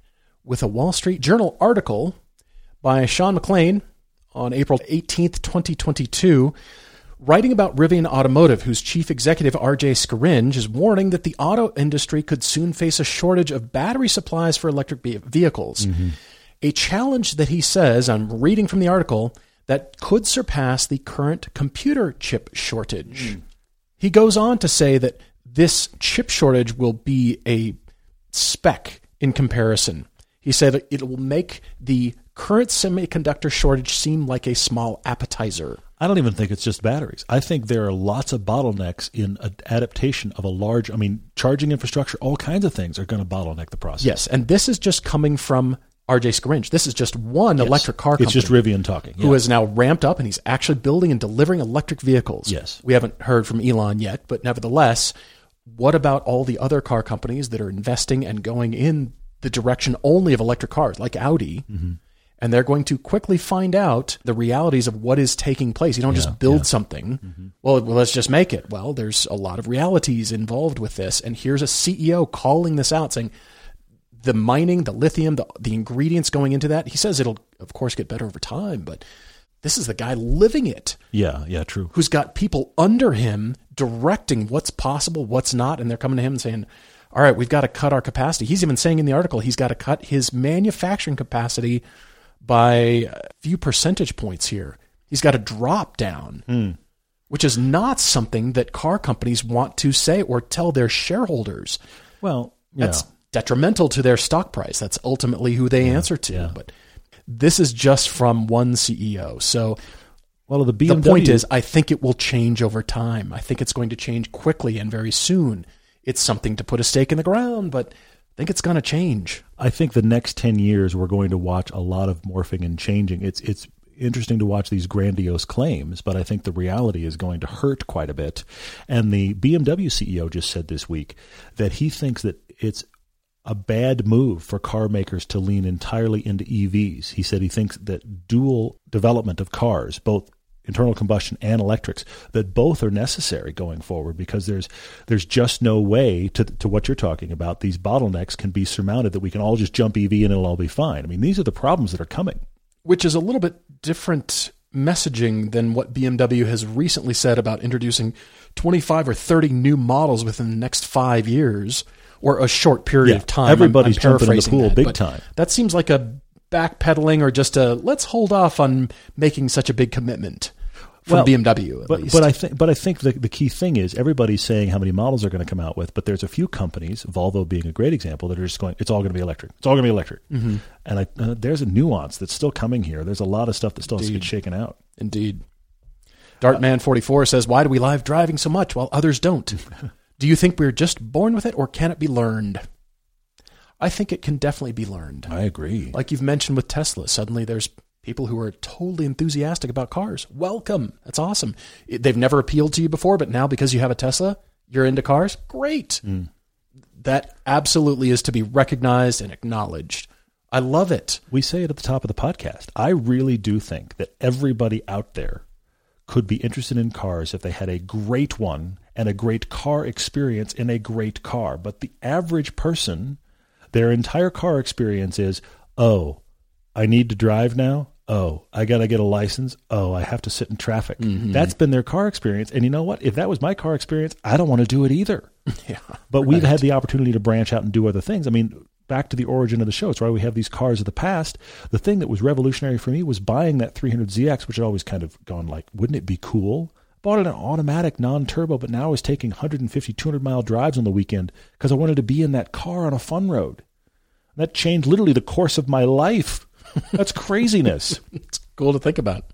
[SPEAKER 3] with a Wall Street Journal article by Sean McLean on April 18th, 2022, writing about Rivian Automotive, whose chief executive RJ Scaringe is warning that the auto industry could soon face a shortage of battery supplies for electric ve- vehicles. A challenge that he says, I'm reading from the article, that could surpass the current computer chip shortage.
[SPEAKER 1] Hmm.
[SPEAKER 3] He goes on to say that this chip shortage will be a speck in comparison. He said it will make the current semiconductor shortage seem like a small appetizer.
[SPEAKER 1] I don't even think it's just batteries. I think there are lots of bottlenecks in a- adaptation of a large, I mean, charging infrastructure, all kinds of things are going to bottleneck the process.
[SPEAKER 3] Yes, and this is just coming from RJ Scaringe. This is just one electric car company
[SPEAKER 1] It's just Rivian talking.
[SPEAKER 3] who has now ramped up and he's actually building and delivering electric vehicles.
[SPEAKER 1] Yes.
[SPEAKER 3] We haven't heard from Elon yet, but nevertheless, what about all the other car companies that are investing and going in the direction only of electric cars, like Audi? And they're going to quickly find out the realities of what is taking place. You don't just build something. Well, well, let's just make it. Well, there's a lot of realities involved with this. And here's a CEO calling this out saying, the mining, the lithium, the, the ingredients going into that. He says it'll, of course, get better over time, but this is the guy living it
[SPEAKER 1] Yeah, yeah, true.
[SPEAKER 3] who's got people under him directing what's possible, what's not, and they're coming to him and saying, all right, we've got to cut our capacity. He's even saying in the article he's got to cut his manufacturing capacity by a few percentage points here. He's got to drop down, which is not something that car companies want to say or tell their shareholders.
[SPEAKER 1] Well,
[SPEAKER 3] That's detrimental to their stock price. That's ultimately who they answer to. But this is just from one CEO. So
[SPEAKER 1] Well, the
[SPEAKER 3] the
[SPEAKER 1] BMW
[SPEAKER 3] point is, I think it will change over time. I think it's going to change quickly and very soon. It's something to put a stake in the ground, but I think it's going to change.
[SPEAKER 1] I think the next ten years we're going to watch a lot of morphing and changing. It's it's interesting to watch these grandiose claims, but I think the reality is going to hurt quite a bit. And the BMW CEO E just said this week that he thinks that it's a bad move for car makers to lean entirely into EVs. He said he thinks that dual development of cars, both internal combustion and electrics, that both are necessary going forward because there's there's just no way to to what you're talking about. These bottlenecks can be surmounted that we can all just jump EV and it'll all be fine. I mean, these are the problems that are coming.
[SPEAKER 3] which is a little bit different messaging than what BMW has recently said about introducing 25 or 30 new models within the next five years or a short period
[SPEAKER 1] Yeah,
[SPEAKER 3] of time. I'm-
[SPEAKER 1] everybody's
[SPEAKER 3] I'm
[SPEAKER 1] jumping in the
[SPEAKER 3] paraphrasing
[SPEAKER 1] pool
[SPEAKER 3] that,
[SPEAKER 1] big
[SPEAKER 3] but
[SPEAKER 1] time.
[SPEAKER 3] That seems like a backpedaling or just a let's hold off on making such a big commitment from
[SPEAKER 1] Well,
[SPEAKER 3] BMW at
[SPEAKER 1] but,
[SPEAKER 3] least.
[SPEAKER 1] But I think, but I think the, the key thing is everybody's saying how many models are going to come out with, but there's a few companies, Volvo being a great example, that are just going, it's all going to be electric. It's all going to be electric. And I, uh, there's a nuance that's still coming here. There's a lot of stuff that still has to get shaken out.
[SPEAKER 3] Indeed. Dartman44 says, Why do we live driving so much while others don't? do you think we're just born with it or can it be learned? I think it can definitely be learned.
[SPEAKER 1] I agree.
[SPEAKER 3] Like you've mentioned with Tesla, suddenly there's people who are totally enthusiastic about cars. Welcome. That's awesome. It- They've never appealed to you before, but now because you have a Tesla, you're into cars. Great. That absolutely is to be recognized and acknowledged. I love it.
[SPEAKER 1] we say it at the top of the podcast. I really do think that everybody out there could be interested in cars if they had a great one and a great car experience in a great car. But the average person, their entire car experience is, oh, I need to drive now. Oh, I got to get a license. Oh, I have to sit in traffic. That's been their car experience. And you know what? If that was my car experience, I don't want to do it either.
[SPEAKER 3] Yeah.
[SPEAKER 1] But we've had the opportunity to branch out and do other things. I mean, back to the origin of the show. It's why we have these cars of the past. The thing that was revolutionary for me was buying that 300ZX, which had always kind of gone like, wouldn't it be cool? Bought it an automatic non-turbo, but now I was taking 150, 200 mile drives on the weekend because I wanted to be in that car on a fun road. That changed literally the course of my life. <laughs> That's craziness.
[SPEAKER 3] <laughs> It's cool to think about.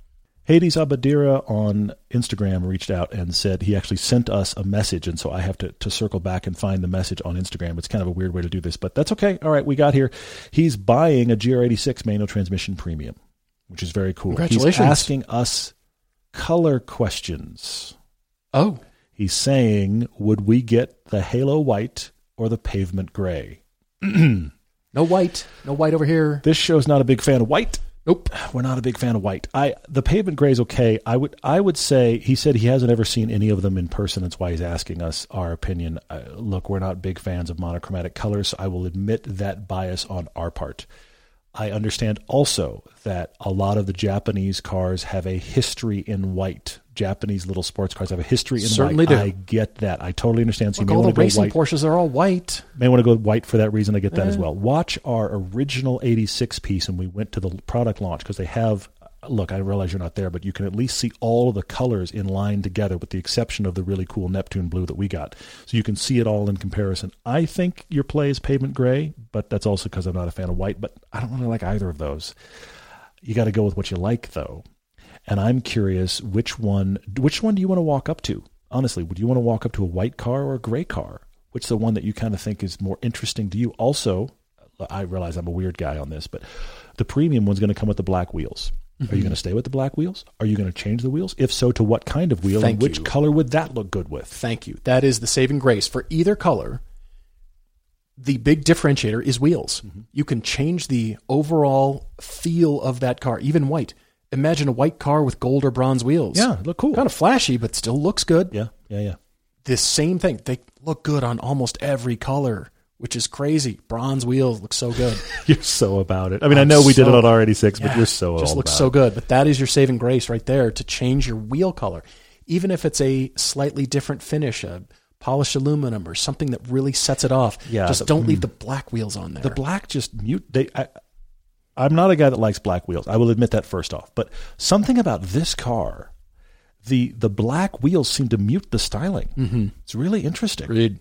[SPEAKER 1] Hades Abadira on Instagram reached out and said he actually sent us a message, and so I have to, to circle back and find the message on Instagram. It's kind of a weird way to do this, but that's okay. All right, we got here. He's buying a GR86 manual transmission premium, which is very cool. He's
[SPEAKER 3] Congratulations.
[SPEAKER 1] asking us color questions.
[SPEAKER 3] Oh,
[SPEAKER 1] He's saying, would we get the halo white or the pavement gray?
[SPEAKER 3] no white. No white over here.
[SPEAKER 1] This show's not a big fan of white.
[SPEAKER 3] Nope.
[SPEAKER 1] we're not a big fan of white. I the pavement gray's okay. I would I would say he said he hasn't ever seen any of them in person. That's why he's asking us our opinion. Uh, look, we're not big fans of monochromatic colors. So I will admit that bias on our part. I understand also that a lot of the Japanese cars have a history in white. Japanese little sports cars have a history in
[SPEAKER 3] Certainly
[SPEAKER 1] white.
[SPEAKER 3] do.
[SPEAKER 1] I get that. I totally understand. So you
[SPEAKER 3] Look,
[SPEAKER 1] may
[SPEAKER 3] all the
[SPEAKER 1] want to go
[SPEAKER 3] racing
[SPEAKER 1] white
[SPEAKER 3] Porsches are all white.
[SPEAKER 1] may want to go white for that reason. I get that as well. Watch our original 86 piece, and we went to the product launch because they have. Look, I realize you're not there, but you can at least see all of the colors in line together, with the exception of the really cool Neptune blue that we got. So you can see it all in comparison. I think your play is pavement gray, but that's also because I'm not a fan of white, but I don't really like either of those. You got to go with what you like, though. And I'm curious which one which one do you want to walk up to? Honestly, would you want to walk up to a white car or a gray car? Which the one that you kind of think is more interesting to you? Also, I realize I'm a weird guy on this, but the premium one's going to come with the black wheels. Are you going to stay with the black wheels? Are you going to change the wheels? If so, to what kind of wheel
[SPEAKER 3] Thank
[SPEAKER 1] and which
[SPEAKER 3] you.
[SPEAKER 1] color would that look good with?
[SPEAKER 3] Thank you. That is the saving grace for either color. The big differentiator is wheels.
[SPEAKER 1] Mm-hmm.
[SPEAKER 3] You can change the overall feel of that car, even white. Imagine a white car with gold or bronze wheels.
[SPEAKER 1] Yeah, look cool.
[SPEAKER 3] Kind of flashy, but still looks good.
[SPEAKER 1] Yeah, yeah, yeah.
[SPEAKER 3] This same thing. They look good on almost every color, which is crazy. Bronze wheels look so good.
[SPEAKER 1] <laughs> You're so about it. I mean, i
[SPEAKER 3] I'm
[SPEAKER 1] know we did
[SPEAKER 3] so-
[SPEAKER 1] it on R86, but
[SPEAKER 3] Yeah,
[SPEAKER 1] you're so
[SPEAKER 3] just
[SPEAKER 1] all
[SPEAKER 3] looks
[SPEAKER 1] about
[SPEAKER 3] so
[SPEAKER 1] it.
[SPEAKER 3] good. But that is your saving grace right there to change your wheel color, even if it's a slightly different finish, a polished aluminum or something that really sets it off.
[SPEAKER 1] Yeah.
[SPEAKER 3] just don't leave the black wheels on there.
[SPEAKER 1] The black just mute. They, I, I'm not a guy that likes black wheels. I will admit that first off. But something about this car, the the black wheels seem to mute the styling. Mm-hmm. It's really interesting.
[SPEAKER 3] Agreed.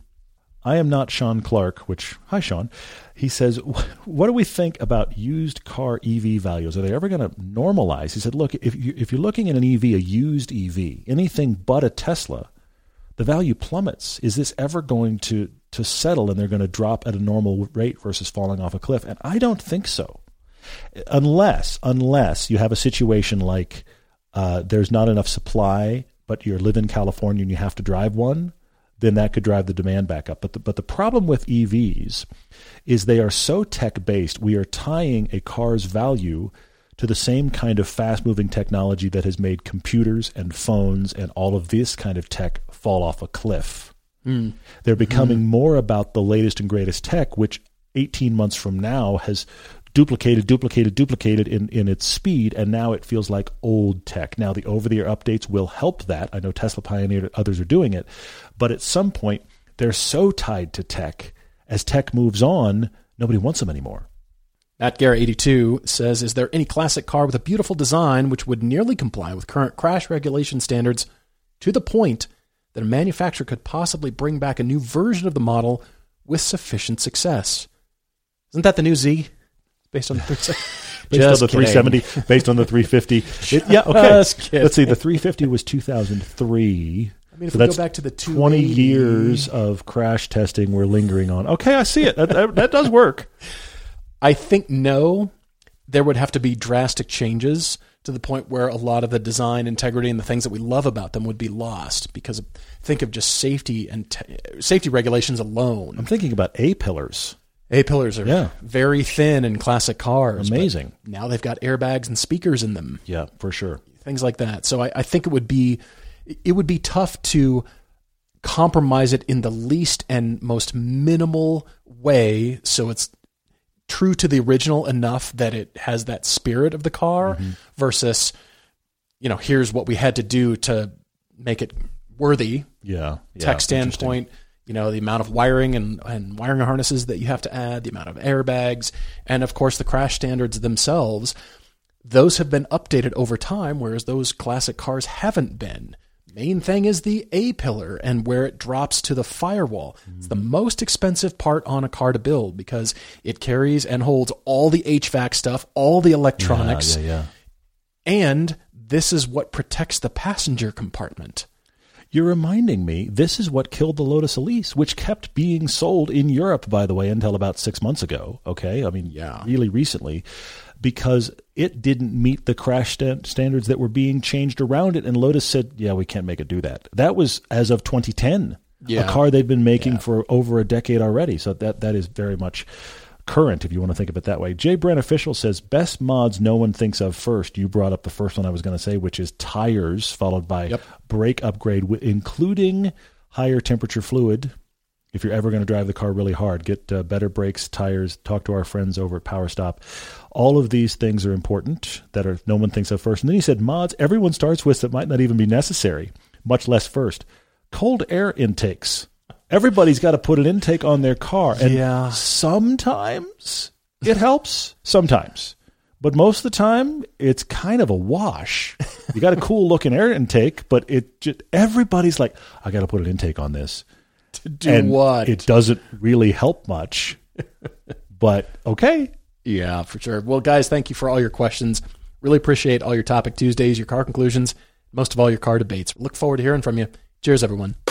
[SPEAKER 1] I am not Sean Clark. Which hi Sean, he says, what do we think about used car EV values? Are they ever going to normalize? He said, look, if you, if you're looking at an EV, a used EV, anything but a Tesla, the value plummets. Is this ever going to to settle and they're going to drop at a normal rate versus falling off a cliff? And I don't think so. unless unless you have a situation like uh, there's not enough supply, but you live in California and you have to drive one, then that could drive the demand back up. But the, but the problem with EVs is they are so tech based. We are tying a car's value to the same kind of fast moving technology that has made computers and phones and all of this kind of tech fall off a cliff.
[SPEAKER 3] Mm-hmm.
[SPEAKER 1] They're becoming more about the latest and greatest tech, which 18 months from now has duplicated, duplicated, duplicated in, in its speed, and now it feels like old tech. Now, the over the air updates will help that. I know Tesla pioneered it, others are doing it. But at some point, they're so tied to tech. As tech moves on, nobody wants them anymore.
[SPEAKER 3] Matt Garrett 82 says, Is there any classic car with a beautiful design which would nearly comply with current crash regulation standards to the point that a manufacturer could possibly bring back a new version of the model with sufficient success? Isn't that the new Z? Based
[SPEAKER 1] <laughs>
[SPEAKER 3] on the,
[SPEAKER 1] Based
[SPEAKER 3] Just
[SPEAKER 1] on the
[SPEAKER 3] kidding.
[SPEAKER 1] 370, based on the 350.
[SPEAKER 3] <laughs>
[SPEAKER 1] It- yeah, okay.
[SPEAKER 3] Just kidding.
[SPEAKER 1] Let's see, the 350 was 2003.
[SPEAKER 3] I mean, if
[SPEAKER 1] So
[SPEAKER 3] we go
[SPEAKER 1] that's
[SPEAKER 3] back to the
[SPEAKER 1] 20
[SPEAKER 3] 280
[SPEAKER 1] years of crash testing we're lingering on. Okay, I see it. That, that, that does work. <laughs>
[SPEAKER 3] I think no, there would have to be drastic changes to the point where a lot of the design integrity and the things that we love about them would be lost because of- think of just safety and te- safety regulations alone.
[SPEAKER 1] I'm thinking about A pillars.
[SPEAKER 3] A pillars are
[SPEAKER 1] Yeah.
[SPEAKER 3] very thin in classic cars. but
[SPEAKER 1] Amazing.
[SPEAKER 3] Now they've got airbags and speakers in them,
[SPEAKER 1] Yeah, for sure.
[SPEAKER 3] things like that. So I, I think it would be it would be tough to compromise it in the least and most minimal way so it's true to the original enough that it has that spirit of the car versus you know here's what we had to do to make it worthy
[SPEAKER 1] Yeah. yeah, Ah,
[SPEAKER 3] tech
[SPEAKER 1] interesting.
[SPEAKER 3] standpoint you know the amount of wiring and, and wiring harnesses that you have to add the amount of airbags and of course the crash standards themselves those have been updated over time whereas those classic cars haven't been main thing is the a pillar and where it drops to the firewall it's
[SPEAKER 1] Mm-hmm.
[SPEAKER 3] the most expensive part on a car to build because it carries and holds all the hvac stuff all the electronics
[SPEAKER 1] Yeah, yeah, yeah.
[SPEAKER 3] and this is what protects the passenger compartment
[SPEAKER 1] You're reminding me this is what killed the Lotus Elise, which kept being sold in Europe, by the way, until about six months ago. Okay. I mean,
[SPEAKER 3] Yeah.
[SPEAKER 1] really recently, because it didn't meet the crash sta- standards that were being changed around it. And Lotus said, yeah, we can't make it do that. That was as of 2010,
[SPEAKER 3] Yeah.
[SPEAKER 1] a car they've been making for over a decade already. So that, that is very much current, if you want to think of it that way. Jay Brand Official says, best mods no one thinks of first. You brought up the first one I was going to say, which is tires, followed by
[SPEAKER 3] Yep.
[SPEAKER 1] brake upgrade, wi- including higher temperature fluid. If you're ever going to drive the car really hard, get uh, better brakes, tires, talk to our friends over at Power Stop. All of these things are important that are no one thinks of first. And then he said mods everyone starts with that might not even be necessary, much less first. Cold air intakes. Everybody's got to put an intake on their car and
[SPEAKER 3] Yeah.
[SPEAKER 1] sometimes it helps, sometimes. But most of the time, it's kind of a wash. You got a cool looking air intake, but it just, everybody's like, I got to put an intake on this.
[SPEAKER 3] to do
[SPEAKER 1] and
[SPEAKER 3] what
[SPEAKER 1] It doesn't really help
[SPEAKER 3] <laughs>
[SPEAKER 1] much. but okay.
[SPEAKER 3] Yeah, for sure. Well, guys, thank you for all your questions. Really appreciate all your topic Tuesdays, your car conclusions, most of all your car debates. Look forward to hearing from you. Cheers, everyone.